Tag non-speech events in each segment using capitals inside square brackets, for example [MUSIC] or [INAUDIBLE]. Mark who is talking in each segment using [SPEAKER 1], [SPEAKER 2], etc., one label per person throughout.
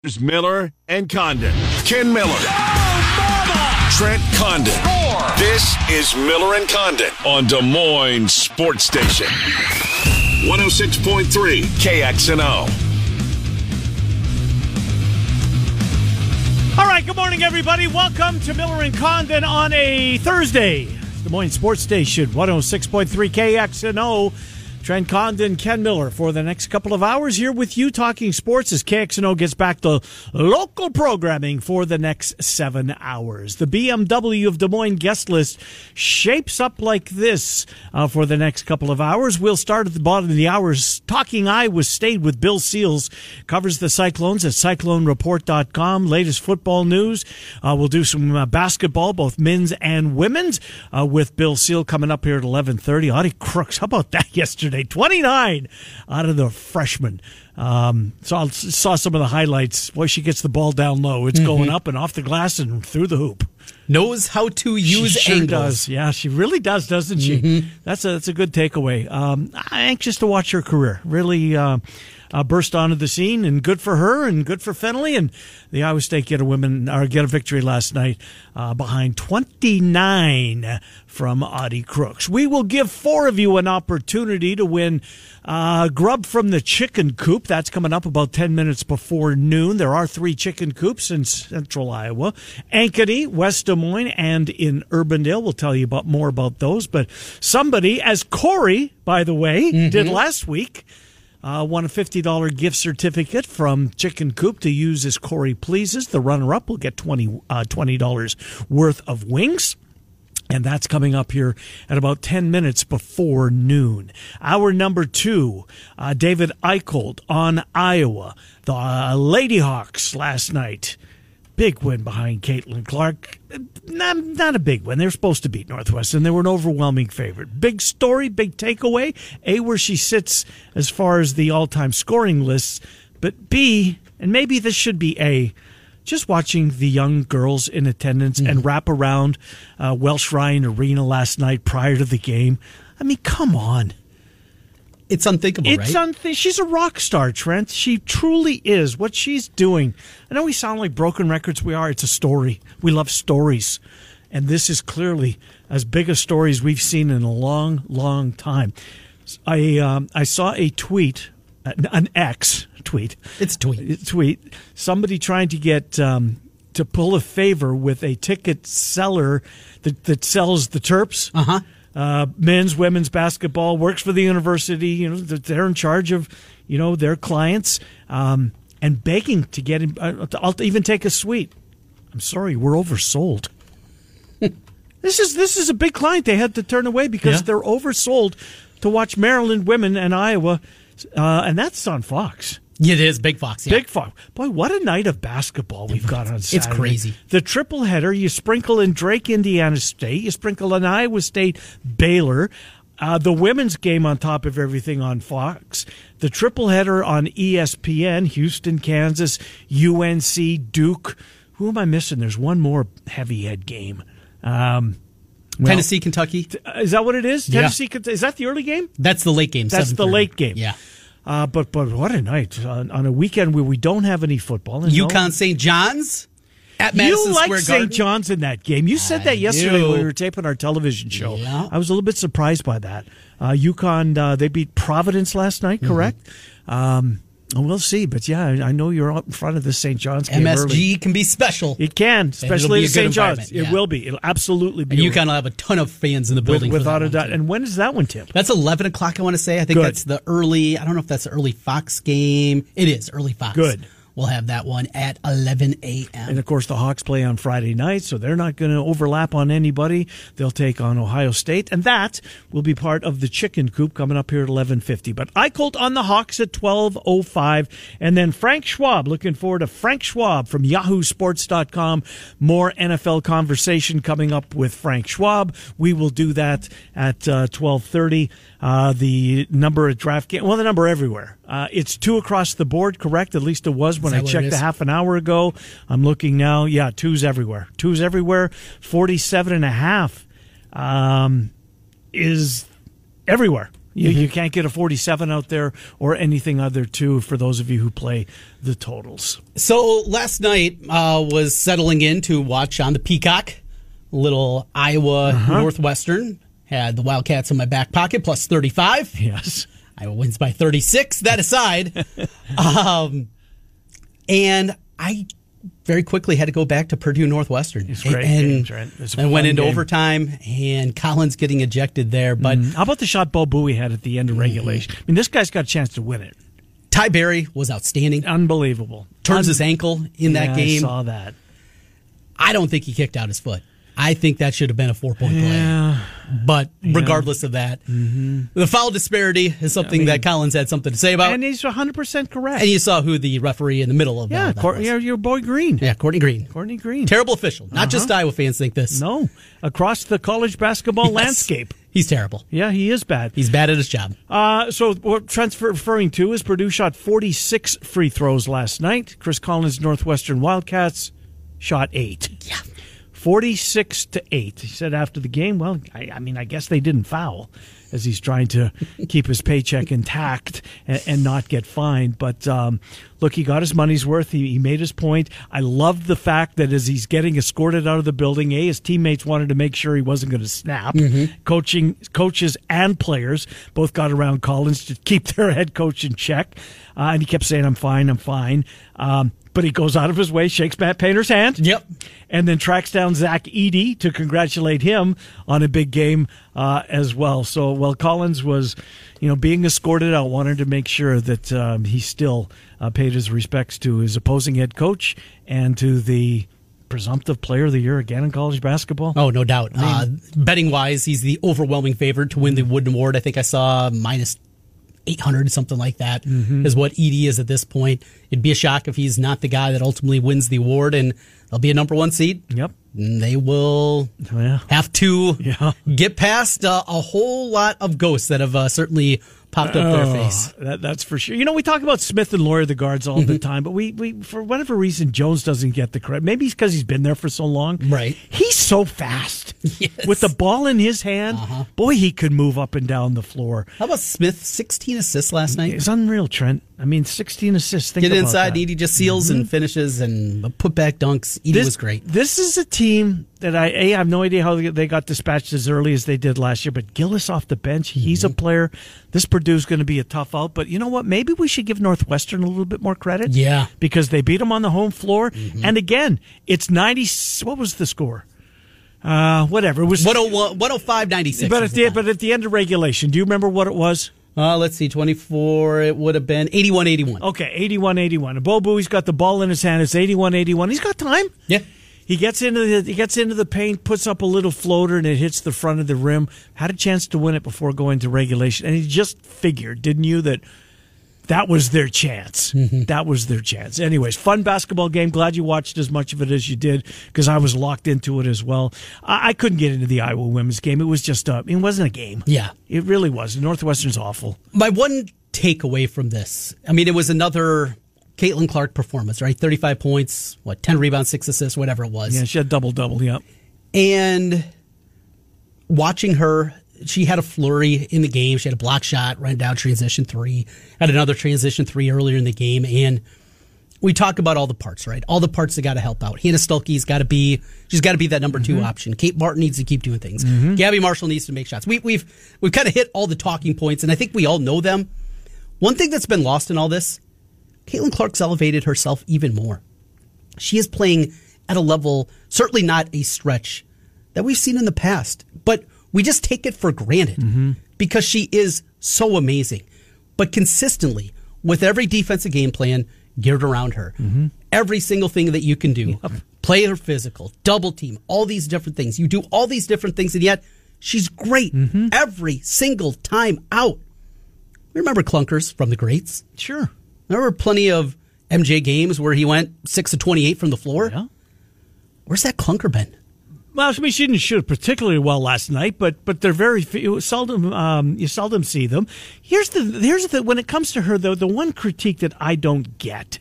[SPEAKER 1] There's Miller and Condon. Ken Miller. Trent Condon. This is Miller and Condon on Des Moines Sports Station. 106.3 KXNO.
[SPEAKER 2] All right, good morning, everybody. Welcome to Miller and Condon on a Thursday. Des Moines Sports Station, 106.3 KXNO. Trent Condon, Ken Miller for the next couple of hours here with you talking sports as KXNO gets back to local programming for the next seven hours. The BMW of Des Moines guest list shapes up like this uh, for the next couple of hours. We'll start at the bottom of the hours talking Iowa State with Bill Seals, covers the Cyclones at cyclonereport.com. Latest football news. Uh, we'll do some uh, basketball, both men's and women's, uh, with Bill Seal coming up here at 11.30. Audie Crooks, how about that [LAUGHS] yesterday? 29 out of the freshman. Um, saw, saw some of the highlights. Boy, she gets the ball down low. It's going up and off the glass and through the hoop.
[SPEAKER 3] knows how to use
[SPEAKER 2] she sure
[SPEAKER 3] angles.
[SPEAKER 2] does. Mm-hmm. Yeah, she really does, doesn't she? That's a that's a good takeaway. Um, I'm anxious to watch her career. Really uh, uh, burst onto the scene, and good for her, and good for Fennelly, and the Iowa State get a women or get a victory last night uh, behind 29 from Audie Crooks. We will give four of you an opportunity to win uh, grub from the chicken coop. That's coming up about 10 minutes before noon. There are three chicken coops in central Iowa Ankeny, West Des Moines, and in Urbandale. We'll tell you about more about those. But somebody, as Corey, by the way, did last week, uh, won a $50 gift certificate from Chicken Coop to use as Corey pleases. The runner up will get 20, uh, $20 worth of wings. And that's coming up here at about 10 minutes before noon. Our number two, uh, David Eicholt on Iowa. The uh, Lady Hawks last night. Big win behind Caitlin Clark. Uh, Not, not a big win. They're supposed to beat Northwestern. They were an overwhelming favorite. Big story, big takeaway. A, where she sits as far as the all time scoring lists, but B, and maybe this should be A, just watching the young girls in attendance and wrap around uh, Welsh Ryan Arena last night prior to the game. I mean, come on.
[SPEAKER 3] It's unthinkable,
[SPEAKER 2] It's
[SPEAKER 3] right?
[SPEAKER 2] unth- she's a rock star, Trent. She truly is. What she's doing. I know we sound like broken records. We are. It's a story. We love stories, and this is clearly as big a story as we've seen in a long, long time. I um, I saw a tweet, an, an X tweet.
[SPEAKER 3] It's a tweet.
[SPEAKER 2] Tweet. Somebody trying to get. Um, to pull a favor with a ticket seller that, that sells the Terps
[SPEAKER 3] Uh-huh.
[SPEAKER 2] uh, men's, women's basketball, works for the university. You know, th- they're in charge of, you know, their clients, um, and begging to get in. uh, I'll even take a suite. I'm sorry, we're oversold. [LAUGHS] this is this is a big client they had to turn away because
[SPEAKER 3] Yeah.
[SPEAKER 2] they're oversold to watch Maryland women and Iowa, uh, and that's on Fox.
[SPEAKER 3] It is Big Fox. Yeah.
[SPEAKER 2] Big Fox. Boy, what a night of basketball we've got on Saturday.
[SPEAKER 3] crazy.
[SPEAKER 2] The triple header, you sprinkle in Drake, Indiana State, you sprinkle in Iowa State, Baylor, uh, the women's game on top of everything on Fox, the triple header on E ESPN, Houston, Kansas, UNC, Duke. Who am I missing? There's one more heavy head game. Um,
[SPEAKER 3] Tennessee, Kentucky.
[SPEAKER 2] is that what it is?
[SPEAKER 3] Yeah.
[SPEAKER 2] Tennessee, is that the early game?
[SPEAKER 3] That's the late game.
[SPEAKER 2] That's the
[SPEAKER 3] 7:30.
[SPEAKER 2] late game.
[SPEAKER 3] Yeah.
[SPEAKER 2] Uh, but but what a night on, on a weekend where we don't have any football. and no-
[SPEAKER 3] UConn St. John's at Madison
[SPEAKER 2] you like
[SPEAKER 3] Square
[SPEAKER 2] St.
[SPEAKER 3] Garden.
[SPEAKER 2] John's in that game. You said that yesterday
[SPEAKER 3] do.
[SPEAKER 2] when we were taping our television show.
[SPEAKER 3] Yeah.
[SPEAKER 2] I was a little bit surprised by that. Uh, UConn, uh, they beat Providence last night,
[SPEAKER 3] Mm-hmm.
[SPEAKER 2] correct? Um, and we'll see. But yeah, I, I know you're out in front of the St. John's game early.
[SPEAKER 3] MSG can be special.
[SPEAKER 2] It can, especially
[SPEAKER 3] be a
[SPEAKER 2] at
[SPEAKER 3] good
[SPEAKER 2] St. John's.
[SPEAKER 3] environment,
[SPEAKER 2] It
[SPEAKER 3] yeah.
[SPEAKER 2] will be. It'll absolutely be.
[SPEAKER 3] and
[SPEAKER 2] a-
[SPEAKER 3] UConn will have a ton of fans in the building. for
[SPEAKER 2] without
[SPEAKER 3] that
[SPEAKER 2] a
[SPEAKER 3] one,
[SPEAKER 2] doubt.
[SPEAKER 3] too.
[SPEAKER 2] And when does that one tip?
[SPEAKER 3] That's 11 o'clock, I want to say. I think
[SPEAKER 2] Good.
[SPEAKER 3] that's the early, I don't know if that's the early Fox game. It is early Fox.
[SPEAKER 2] Good.
[SPEAKER 3] We'll have that one at 11
[SPEAKER 2] And
[SPEAKER 3] a.m.
[SPEAKER 2] of course, the Hawks play on Friday night, so they're not going to overlap on anybody. They'll take on Ohio State, and that will be part of the chicken coop coming up here at eleven fifty. But Eicholt on the Hawks at twelve oh five, and then Frank Schwab. Looking forward to Frank Schwab from YahooSports.com. More NFL conversation coming up with Frank Schwab. We will do that at uh, twelve thirty. Uh, the number at DraftKings, well, the number everywhere. Uh, it's two across the board, correct? At least it was when
[SPEAKER 3] Is
[SPEAKER 2] I
[SPEAKER 3] that what it
[SPEAKER 2] checked the
[SPEAKER 3] is?
[SPEAKER 2] half half an hour ago. I'm looking now. Yeah, twos everywhere. Twos everywhere. 47 and a half um, is everywhere. You,
[SPEAKER 3] Mm-hmm.
[SPEAKER 2] you can't get a 47 out there or anything other two for those of you who play the totals.
[SPEAKER 3] So last night uh, was settling in to watch on the Peacock, little Iowa
[SPEAKER 2] Uh-huh.
[SPEAKER 3] Northwestern. Had the Wildcats in my back pocket, plus 35.
[SPEAKER 2] Yes.
[SPEAKER 3] Iowa wins by 36. That
[SPEAKER 2] [LAUGHS]
[SPEAKER 3] aside, um, and I very quickly had to go back to Purdue Northwestern. It's
[SPEAKER 2] great
[SPEAKER 3] and,
[SPEAKER 2] games, right? It's a
[SPEAKER 3] and went
[SPEAKER 2] fun
[SPEAKER 3] into
[SPEAKER 2] game. Mm-hmm.
[SPEAKER 3] overtime, and Collins getting ejected there. But
[SPEAKER 2] How about the shot Bo Bowie had at the end of regulation?
[SPEAKER 3] Mm-hmm.
[SPEAKER 2] I mean, this guy's got a chance to win it.
[SPEAKER 3] Ty Berry was outstanding.
[SPEAKER 2] Unbelievable.
[SPEAKER 3] Turns his ankle in that
[SPEAKER 2] Yeah, I
[SPEAKER 3] game.
[SPEAKER 2] saw that.
[SPEAKER 3] I don't think he kicked out his foot. I think that should have been a four point
[SPEAKER 2] Yeah. Mm-hmm.
[SPEAKER 3] play. But regardless of that, the foul disparity is something that Collins had something to say about. And,
[SPEAKER 2] And he's 100% correct.
[SPEAKER 3] you saw who the referee in the middle of all
[SPEAKER 2] yeah,
[SPEAKER 3] that
[SPEAKER 2] Cor-
[SPEAKER 3] was.
[SPEAKER 2] yeah, your boy Green.
[SPEAKER 3] Yeah, Courtney Green.
[SPEAKER 2] Courtney Green.
[SPEAKER 3] Terrible official. Not just Iowa fans think this.
[SPEAKER 2] Uh-huh. No, across the college basketball
[SPEAKER 3] Yes.
[SPEAKER 2] landscape.
[SPEAKER 3] He's terrible.
[SPEAKER 2] Yeah, he is bad.
[SPEAKER 3] He's bad at his job.
[SPEAKER 2] Uh, so what Trent's referring to is Purdue shot 46 free throws last night. Chris Collins, Northwestern Wildcats, shot eight. Yeah. 46 to 8. He said after the game, well, I, I mean, I guess they didn't foul as he's trying to keep his paycheck intact and, and not get fined. But um, look, he got his money's worth. He, he made his point. I love the fact that as he's getting escorted out of the building, A, his teammates wanted to make sure he wasn't going to snap. Coaching Coaches and players both got around Collins to keep [LAUGHS] their head coach in check. Uh, and he kept saying, I'm fine, I'm fine. Um, but he goes out of his way, shakes Matt Painter's hand
[SPEAKER 3] Yep.
[SPEAKER 2] and then tracks down Zach Eady to congratulate him on a big game uh, as well. So while Collins was, you know, being escorted out, wanted to make sure that um, he still uh, paid his respects to his opposing head coach and to the presumptive player of the year again in college basketball.
[SPEAKER 3] Oh, no doubt. uh, betting wise, he's the overwhelming favorite to win the Wooden Award. I think I saw minus 800, something like that, is
[SPEAKER 2] Mm-hmm.
[SPEAKER 3] what Edie is at this point. It'd be a shock if he's not the guy that ultimately wins the award, and there'll be a number one seed.
[SPEAKER 2] Yep.
[SPEAKER 3] And They will
[SPEAKER 2] Oh, Yeah.
[SPEAKER 3] have to
[SPEAKER 2] Yeah.
[SPEAKER 3] get past uh, a whole lot of ghosts that have uh, certainly popped up their face.
[SPEAKER 2] Oh,
[SPEAKER 3] Mm-hmm.
[SPEAKER 2] That, that's for sure. You know, we talk about Smith and Lawyer the guards all the time, but we, we for whatever reason Jones doesn't get the credit. Maybe it's because he's been there for so long.
[SPEAKER 3] Right.
[SPEAKER 2] He's so fast.
[SPEAKER 3] Yes. Uh-huh.
[SPEAKER 2] With the ball in his hand, boy, he could move up and down the floor.
[SPEAKER 3] How about Smith? 16 assists last night.
[SPEAKER 2] It's unreal, Trent. I mean, 16 assists. Think
[SPEAKER 3] Get
[SPEAKER 2] about
[SPEAKER 3] inside,
[SPEAKER 2] that.
[SPEAKER 3] Edie just seals and finishes and put back dunks. Edie was great.
[SPEAKER 2] Mm-hmm. This is a team that I a I have no idea how they- they got dispatched as early as they did last year. But Gillis off the bench, he's a
[SPEAKER 3] Mm-hmm.
[SPEAKER 2] player. This Purdue's going to be a tough out. But you know what? Maybe we should give Northwestern a little bit more credit.
[SPEAKER 3] Yeah. Mm-hmm.
[SPEAKER 2] because they beat them on the home floor. And again, it's ninety. What was the score? Uh, whatever it was.
[SPEAKER 3] 101, 105,
[SPEAKER 2] but at the but at the end of regulation, do you remember what it was?
[SPEAKER 3] Uh, let's see, 24, it would have been 81 81.
[SPEAKER 2] Okay, 81 81. Bo Bowie's got the ball in his hand. It's 81 81. He's got time.
[SPEAKER 3] Yeah.
[SPEAKER 2] He gets into the he gets into the paint, puts up a little floater, and it hits the front of the rim. Had a chance to win it before going to regulation, and he just figured, didn't you, that that was their chance. That was their chance. Anyways, fun basketball game. Glad you watched as much of it as you did because I was locked into it as well. I, I couldn't get into the Iowa women's game. It was just a, it wasn't a game.
[SPEAKER 3] Yeah.
[SPEAKER 2] it really was. Northwestern's awful.
[SPEAKER 3] My one takeaway from this, I mean, it was another Caitlin Clark performance, right? 35 points, what, 10 rebounds, six assists, whatever it was.
[SPEAKER 2] Yeah, she had double double. Yep.
[SPEAKER 3] And watching her, she had a flurry in the game. She had a block shot, ran down transition three, had another transition three earlier in the game. And we talk about all the parts, right? All the parts that got to help out. Hannah Stulkey's got to be, she's got to be that number two option. Kate Martin needs to keep doing things. Gabby Marshall needs to make shots. We, we've we've kind of hit all the talking points, and I think we all know them. One thing that's been lost in all this, Caitlin Clark's elevated herself even more. She is playing at a level, certainly not a stretch that we've seen in the past, but we just take it for granted because she is so amazing. But consistently, with every defensive game plan geared around her, every single thing that you can do play her physical, double team, all these different things. You do all these different things, and yet she's great every single time out. We Remember clunkers from the greats?
[SPEAKER 2] Sure.
[SPEAKER 3] There were plenty of MJ games where he went six of twenty-eight from the floor.
[SPEAKER 2] Yeah.
[SPEAKER 3] Where's that clunker been?
[SPEAKER 2] Well, I mean, she didn't shoot particularly well last night, but but they're very few, seldom. Um, you seldom see them. Here's the here's the when it comes to her though. The one critique that I don't get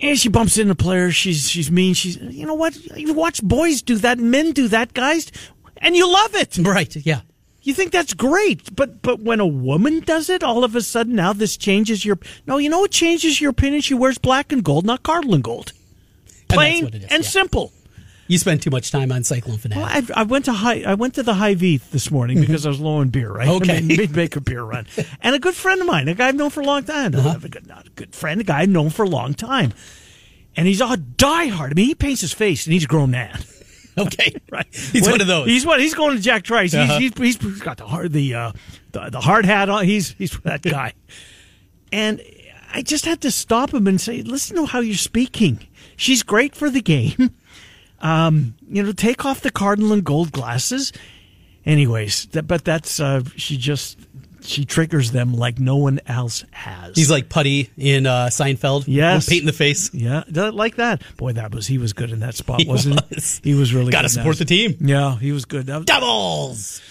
[SPEAKER 2] is she bumps into players. She's she's mean. She's you know what you watch boys do that, men do that, guys, and you love it.
[SPEAKER 3] Right. Yeah.
[SPEAKER 2] You think that's great, but but when a woman does it, all of a sudden now this changes your no. You know what changes your opinion? She wears black and gold, not cardinal and gold.
[SPEAKER 3] that's
[SPEAKER 2] Plain
[SPEAKER 3] what it is,
[SPEAKER 2] and
[SPEAKER 3] yeah.
[SPEAKER 2] simple.
[SPEAKER 3] You spend too much time on Cyclone Fanatic.
[SPEAKER 2] Well, I, I went to high, I went to the High V this morning because I was low on beer, right?
[SPEAKER 3] Okay.
[SPEAKER 2] I made, made Baker beer run, and a good friend of mine, a guy I've known for a long time, not a good, not a good friend, a guy I've known for a long time, and he's a diehard. I mean, he paints his face, and he's a grown man.
[SPEAKER 3] [LAUGHS] okay,
[SPEAKER 2] [LAUGHS] Right,
[SPEAKER 3] He's
[SPEAKER 2] When-
[SPEAKER 3] one of those.
[SPEAKER 2] He's what? He's going to Jack Trice. He's-
[SPEAKER 3] Uh-huh.
[SPEAKER 2] He's, he's, he's got the hard the, uh, the the hard hat on. He's he's
[SPEAKER 3] [LAUGHS]
[SPEAKER 2] that guy. and I just had to stop him and say, "Listen to how you're speaking. She's great for the game. Um, you know, take off the cardinal and gold glasses. Anyways, that, but that's uh, she just she triggers them like no one else has.
[SPEAKER 3] He's like Putty in uh, Seinfeld.
[SPEAKER 2] Yes.
[SPEAKER 3] paint in the face.
[SPEAKER 2] yeah, that- like that. Boy, that was he was good in that spot,
[SPEAKER 3] He
[SPEAKER 2] wasn't
[SPEAKER 3] was.
[SPEAKER 2] he? He was really
[SPEAKER 3] Gotta
[SPEAKER 2] good in that.
[SPEAKER 3] support the team.
[SPEAKER 2] Yeah, he was good. That was-
[SPEAKER 3] Doubles.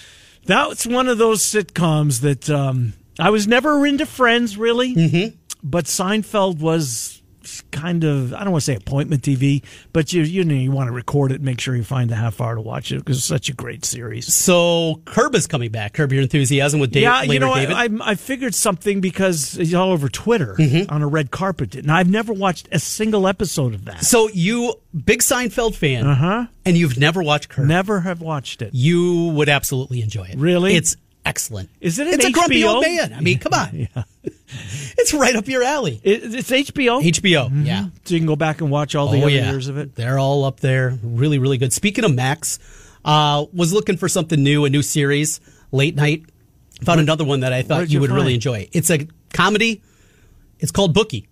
[SPEAKER 2] That's one of those sitcoms that um, I was never into Friends, really. Mm-hmm. But Seinfeld was kind of I don't want to say appointment TV, but you you know you want to record it, make sure you find the half hour to watch it because it's such a great series.
[SPEAKER 3] So Curb is coming back. Curb your enthusiasm with Dave.
[SPEAKER 2] yeah,
[SPEAKER 3] Later
[SPEAKER 2] you know
[SPEAKER 3] David.
[SPEAKER 2] I, I I figured something because it's all over Twitter on a red carpet, and I've never watched a single episode of that.
[SPEAKER 3] so you big Seinfeld fan,
[SPEAKER 2] Uh-huh.
[SPEAKER 3] and you've never watched Curb.
[SPEAKER 2] Never have watched it.
[SPEAKER 3] You would absolutely enjoy it.
[SPEAKER 2] Really?
[SPEAKER 3] it's excellent.
[SPEAKER 2] Is it an
[SPEAKER 3] It's a grumpy
[SPEAKER 2] HBO?
[SPEAKER 3] old man. I mean, come
[SPEAKER 2] [LAUGHS]
[SPEAKER 3] on. [LAUGHS] it's right up your alley.
[SPEAKER 2] It- it's HBO,
[SPEAKER 3] HBO. Yeah.
[SPEAKER 2] so you can go back and watch all Mm-hmm. the
[SPEAKER 3] Oh,
[SPEAKER 2] other
[SPEAKER 3] yeah.
[SPEAKER 2] years of it.
[SPEAKER 3] They're all up there. Really, really good. Speaking of Max, uh, was looking for something new, a new series, late night. Found another one that I thought
[SPEAKER 2] where'd
[SPEAKER 3] you
[SPEAKER 2] you
[SPEAKER 3] would really
[SPEAKER 2] find?
[SPEAKER 3] enjoy. It's a comedy. It's called Bookie.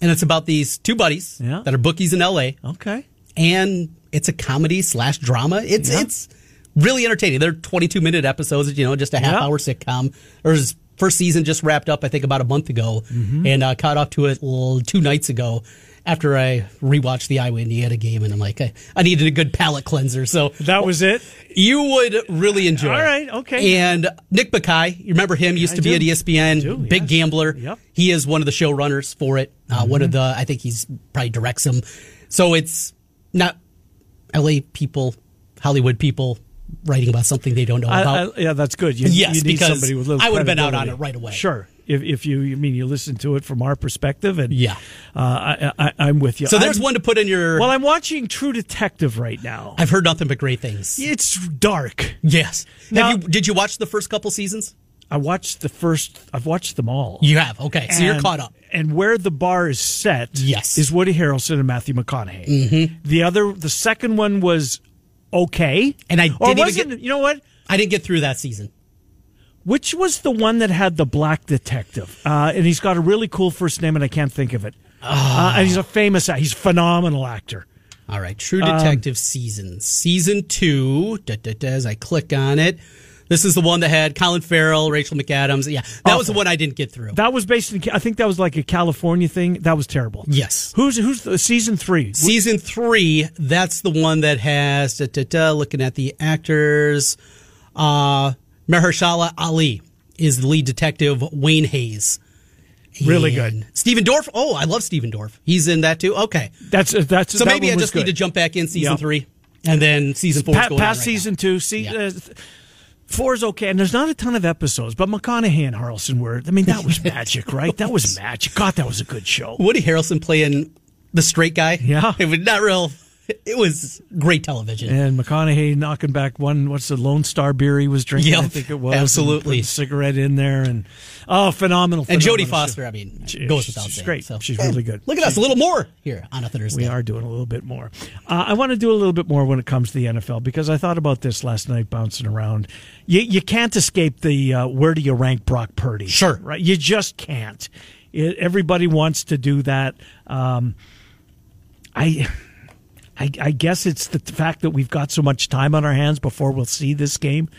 [SPEAKER 3] And it's about these two buddies
[SPEAKER 2] Yeah.
[SPEAKER 3] that are bookies in LA.
[SPEAKER 2] Okay,
[SPEAKER 3] And it's a comedy slash drama. It's
[SPEAKER 2] Yeah.
[SPEAKER 3] it's really entertaining. They're 22 minute episodes, you know, just a half
[SPEAKER 2] Yeah.
[SPEAKER 3] hour sitcom. There's first season just wrapped up, I think, about a month ago,
[SPEAKER 2] Mm-hmm.
[SPEAKER 3] and uh, caught up to it l- two nights ago. After I rewatched the Iowa Indiana game, and I'm like, I, I needed a good palate cleanser. So
[SPEAKER 2] that was it.
[SPEAKER 3] you would really enjoy.
[SPEAKER 2] All
[SPEAKER 3] it.
[SPEAKER 2] right, okay.
[SPEAKER 3] And Nick Bakay, you remember him? Used
[SPEAKER 2] I
[SPEAKER 3] to be
[SPEAKER 2] do.
[SPEAKER 3] at E ESPN,
[SPEAKER 2] do,
[SPEAKER 3] big
[SPEAKER 2] yes.
[SPEAKER 3] gambler.
[SPEAKER 2] Yep. Mm-hmm.
[SPEAKER 3] He is one of the showrunners for it. Uh, One of the, I think he's probably directs him. So it's not LA people, Hollywood people writing about something they don't know
[SPEAKER 2] I-
[SPEAKER 3] about.
[SPEAKER 2] I- yeah, that's good. You,
[SPEAKER 3] Yes,
[SPEAKER 2] you need
[SPEAKER 3] because
[SPEAKER 2] somebody with a little
[SPEAKER 3] I would've been out
[SPEAKER 2] credibility.
[SPEAKER 3] on it right away.
[SPEAKER 2] Sure, if, if you, you mean you listen to it from our perspective, and
[SPEAKER 3] Yeah.
[SPEAKER 2] uh, I, I, I'm with you.
[SPEAKER 3] so there's
[SPEAKER 2] I'm-
[SPEAKER 3] one to put in your.
[SPEAKER 2] Well, I'm watching True Detective right now.
[SPEAKER 3] I've heard nothing but great things.
[SPEAKER 2] It's dark.
[SPEAKER 3] Yes.
[SPEAKER 2] Now-
[SPEAKER 3] Have you, did you watch the first couple seasons?
[SPEAKER 2] I watched the first. I've watched them all.
[SPEAKER 3] You have. Okay. So you're
[SPEAKER 2] And-
[SPEAKER 3] caught up.
[SPEAKER 2] And where the bar is set,
[SPEAKER 3] Yes. Mm-hmm.
[SPEAKER 2] is Woody Harrelson and Matthew McConaughey. The other, the second one was okay,
[SPEAKER 3] And I
[SPEAKER 2] or
[SPEAKER 3] didn't even
[SPEAKER 2] wasn't.
[SPEAKER 3] get-
[SPEAKER 2] you know what?
[SPEAKER 3] I didn't get through that season.
[SPEAKER 2] Which was the one that had the black detective? Uh, and he's got a really cool first name, and I can't think of it.
[SPEAKER 3] Ah.
[SPEAKER 2] Uh, and he's a famous, he's a phenomenal actor.
[SPEAKER 3] All right, True
[SPEAKER 2] Um,
[SPEAKER 3] Detective season season two. Da, da, da, as I click on it, this is the one that had Colin Farrell, Rachel McAdams. Yeah, that was the one I didn't get through.
[SPEAKER 2] That was based in, I think that was like a California thing. That was terrible.
[SPEAKER 3] Yes.
[SPEAKER 2] Who's who's the, season three?
[SPEAKER 3] season three, that's the one that has da, da, da, looking at the actors. Uh, Mahershala Ali is the lead detective. Wayne Hayes,
[SPEAKER 2] Really
[SPEAKER 3] And
[SPEAKER 2] good.
[SPEAKER 3] Stephen Dorff. Oh, I love Stephen Dorff. He's in that too. Okay,
[SPEAKER 2] That's uh, that's
[SPEAKER 3] so
[SPEAKER 2] that
[SPEAKER 3] maybe
[SPEAKER 2] one
[SPEAKER 3] I
[SPEAKER 2] was
[SPEAKER 3] just need
[SPEAKER 2] good.
[SPEAKER 3] to jump back in season
[SPEAKER 2] Yeah.
[SPEAKER 3] three, and then season four.
[SPEAKER 2] Pa-
[SPEAKER 3] going on
[SPEAKER 2] past
[SPEAKER 3] right now.
[SPEAKER 2] season two. See,
[SPEAKER 3] Yeah.
[SPEAKER 2] uh, th- four is okay, and there's not a ton of episodes, but McConaughey and Harrelson were. I mean,
[SPEAKER 3] [LAUGHS]
[SPEAKER 2] that was magic, right? That was magic. God, that was a good show.
[SPEAKER 3] Woody Harrelson playing the straight guy.
[SPEAKER 2] Yeah.
[SPEAKER 3] it was not real. It was great television.
[SPEAKER 2] And McConaughey knocking back one, what's the Lone Star beer he was drinking? I
[SPEAKER 3] Yep,
[SPEAKER 2] think it was.
[SPEAKER 3] absolutely.
[SPEAKER 2] And put a cigarette in there. And, oh, phenomenal.
[SPEAKER 3] And Jodie
[SPEAKER 2] phenomenal
[SPEAKER 3] Foster,
[SPEAKER 2] show.
[SPEAKER 3] I mean,
[SPEAKER 2] She-
[SPEAKER 3] goes without
[SPEAKER 2] she's
[SPEAKER 3] saying.
[SPEAKER 2] great.
[SPEAKER 3] So.
[SPEAKER 2] She's really good.
[SPEAKER 3] Look at us, a little more here on a Thursday.
[SPEAKER 2] We are doing a little bit more. Uh, I want to do a little bit more when it comes to the NFL because I thought about this last night bouncing around. You, you can't escape the uh, where do you rank Brock Purdy?
[SPEAKER 3] Sure.
[SPEAKER 2] Right? You just can't. It, everybody wants to do that. Um, I. I, I guess it's the fact that we've got so much time on our hands before we'll see this game.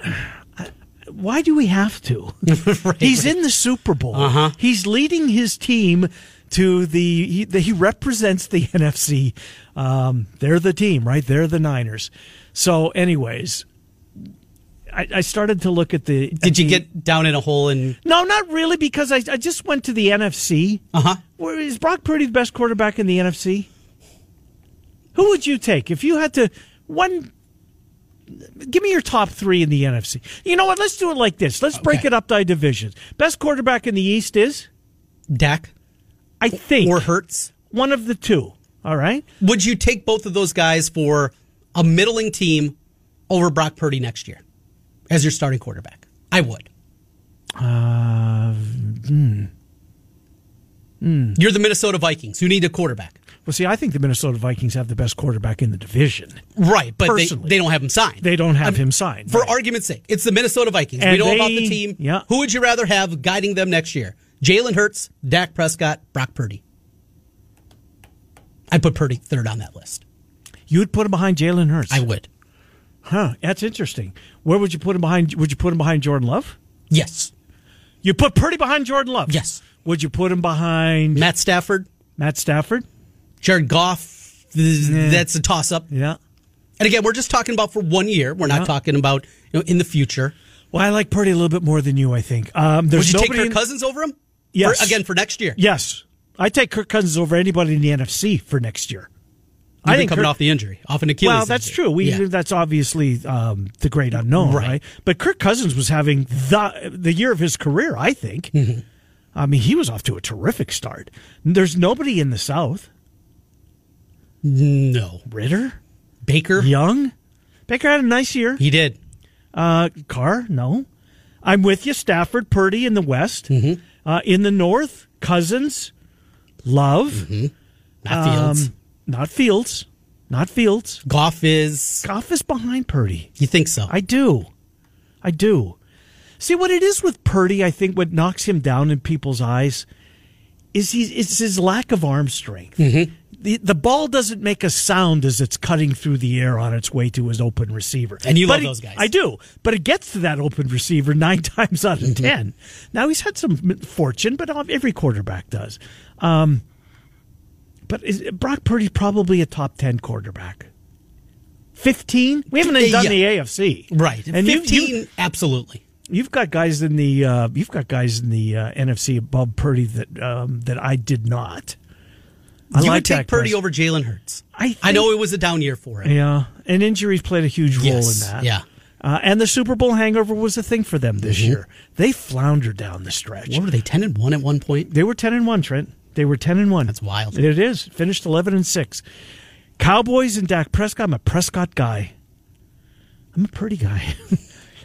[SPEAKER 2] [SIGHS] Why do we have to?
[SPEAKER 3] [LAUGHS]
[SPEAKER 2] [LAUGHS] He's in the Super Bowl.
[SPEAKER 3] Uh-huh.
[SPEAKER 2] He's leading his team to the he, the, he represents the [LAUGHS] NFC. Um, they're the team, right? They're the Niners. So, anyways, I, I started to look at the.
[SPEAKER 3] Did you get down in a hole and
[SPEAKER 2] No, not really, because I, I just went to the NFC. Uh
[SPEAKER 3] Uh-huh.
[SPEAKER 2] huh. Where is Brock Purdy the best quarterback in the NFC? Who would you take if you had to one give me your top three in the NFC. You know what? Let's do it like this. Let's break
[SPEAKER 3] Okay.
[SPEAKER 2] it up by divisions. Best quarterback in the East is,
[SPEAKER 3] Dak
[SPEAKER 2] I think,
[SPEAKER 3] or Hertz.
[SPEAKER 2] one of the two. All right.
[SPEAKER 3] Would you take both of those guys for a middling team over Brock Purdy next year as your starting quarterback? I would. Uh,
[SPEAKER 2] Hmm.
[SPEAKER 3] You're the Minnesota Vikings who need a quarterback.
[SPEAKER 2] Well, see, I think the Minnesota Vikings have the best quarterback in the division.
[SPEAKER 3] Right, but they,
[SPEAKER 2] Personally.
[SPEAKER 3] they don't have him signed.
[SPEAKER 2] They don't have him signed.
[SPEAKER 3] For
[SPEAKER 2] right.
[SPEAKER 3] argument's sake, it's the Minnesota Vikings. we
[SPEAKER 2] And
[SPEAKER 3] know about the
[SPEAKER 2] they-
[SPEAKER 3] team.
[SPEAKER 2] yeah.
[SPEAKER 3] Who would you rather have guiding them next year? Jalen Hurts, Dak Prescott, Brock Purdy. I put Purdy third on that list.
[SPEAKER 2] You'd put him behind Jalen Hurts.
[SPEAKER 3] I would.
[SPEAKER 2] huh. That's interesting. Where would you put him behind? Would you put him behind Jordan Love?
[SPEAKER 3] Yes.
[SPEAKER 2] You put Purdy behind Jordan Love.
[SPEAKER 3] Yes.
[SPEAKER 2] Would you put him behind
[SPEAKER 3] Matt Stafford,
[SPEAKER 2] Matt Stafford?
[SPEAKER 3] Jared Goff. th- That's a toss up.
[SPEAKER 2] Yeah.
[SPEAKER 3] And again, we're just talking about for one year. We're not talking about you know, in the future.
[SPEAKER 2] Well, I like Purdy a little bit more than you, I think. Um, there's
[SPEAKER 3] Would you take
[SPEAKER 2] nobody
[SPEAKER 3] Kirk
[SPEAKER 2] in-
[SPEAKER 3] Cousins over him?
[SPEAKER 2] Yes.
[SPEAKER 3] For- again, for next year.
[SPEAKER 2] Yes, I take Kirk Cousins over anybody in the NFC for next year.
[SPEAKER 3] You've
[SPEAKER 2] I
[SPEAKER 3] been
[SPEAKER 2] think
[SPEAKER 3] coming
[SPEAKER 2] Kirk-
[SPEAKER 3] off the injury, off an Achilles.
[SPEAKER 2] Well, that's
[SPEAKER 3] injury.
[SPEAKER 2] true. We
[SPEAKER 3] Yeah.
[SPEAKER 2] that's obviously um, the great unknown,
[SPEAKER 3] Right.
[SPEAKER 2] right. But Kirk Cousins was having the the year of his career, I think. I mean, he was off to a terrific start. There's nobody in the South.
[SPEAKER 3] No.
[SPEAKER 2] Ritter,
[SPEAKER 3] Baker?
[SPEAKER 2] Young, Baker had a nice year.
[SPEAKER 3] He did.
[SPEAKER 2] Uh, Carr, no. I'm with you. Stafford, Purdy in the West. Uh, in the North, Cousins, Love,
[SPEAKER 3] Not Fields.
[SPEAKER 2] Um, not Fields, not Fields.
[SPEAKER 3] Goff is.
[SPEAKER 2] Goff is behind Purdy.
[SPEAKER 3] You think so?
[SPEAKER 2] I do, I do. See what it is with Purdy. I think what knocks him down in people's eyes is he it's his lack of arm strength.
[SPEAKER 3] Mm-hmm.
[SPEAKER 2] The, the ball doesn't make a sound as it's cutting through the air on its way to his open receiver.
[SPEAKER 3] And you
[SPEAKER 2] But
[SPEAKER 3] love
[SPEAKER 2] it-
[SPEAKER 3] those guys.
[SPEAKER 2] I do. But it gets to that open receiver nine [LAUGHS] times out of
[SPEAKER 3] Mm-hmm.
[SPEAKER 2] ten. Now, he's had some m- fortune, but ob- every quarterback does. Um, but is, Brock Purdy's probably a top 10 quarterback. 15? We haven't even done
[SPEAKER 3] Yeah.
[SPEAKER 2] the AFC.
[SPEAKER 3] right.
[SPEAKER 2] And you-
[SPEAKER 3] Fifteen,
[SPEAKER 2] you,
[SPEAKER 3] absolutely.
[SPEAKER 2] You've got guys in the uh, you've got guys in the uh, NFC above Purdy that um, that I did not. I
[SPEAKER 3] you
[SPEAKER 2] like
[SPEAKER 3] would take
[SPEAKER 2] that
[SPEAKER 3] Purdy
[SPEAKER 2] question.
[SPEAKER 3] over Jalen Hurts.
[SPEAKER 2] I think-
[SPEAKER 3] I know it was a down year for him.
[SPEAKER 2] Yeah, and injuries played a huge role
[SPEAKER 3] Yes,
[SPEAKER 2] in that.
[SPEAKER 3] yeah. Mm-hmm.
[SPEAKER 2] Uh, and the Super Bowl hangover was a thing for them this year. They floundered down the stretch.
[SPEAKER 3] What were they ten and one at one point?
[SPEAKER 2] They were ten and one, Trent. They were ten and one.
[SPEAKER 3] That's wild.
[SPEAKER 2] It is. Finished eleven and six. Cowboys and Dak Prescott. I'm a Prescott guy. I'm a Purdy guy. [LAUGHS]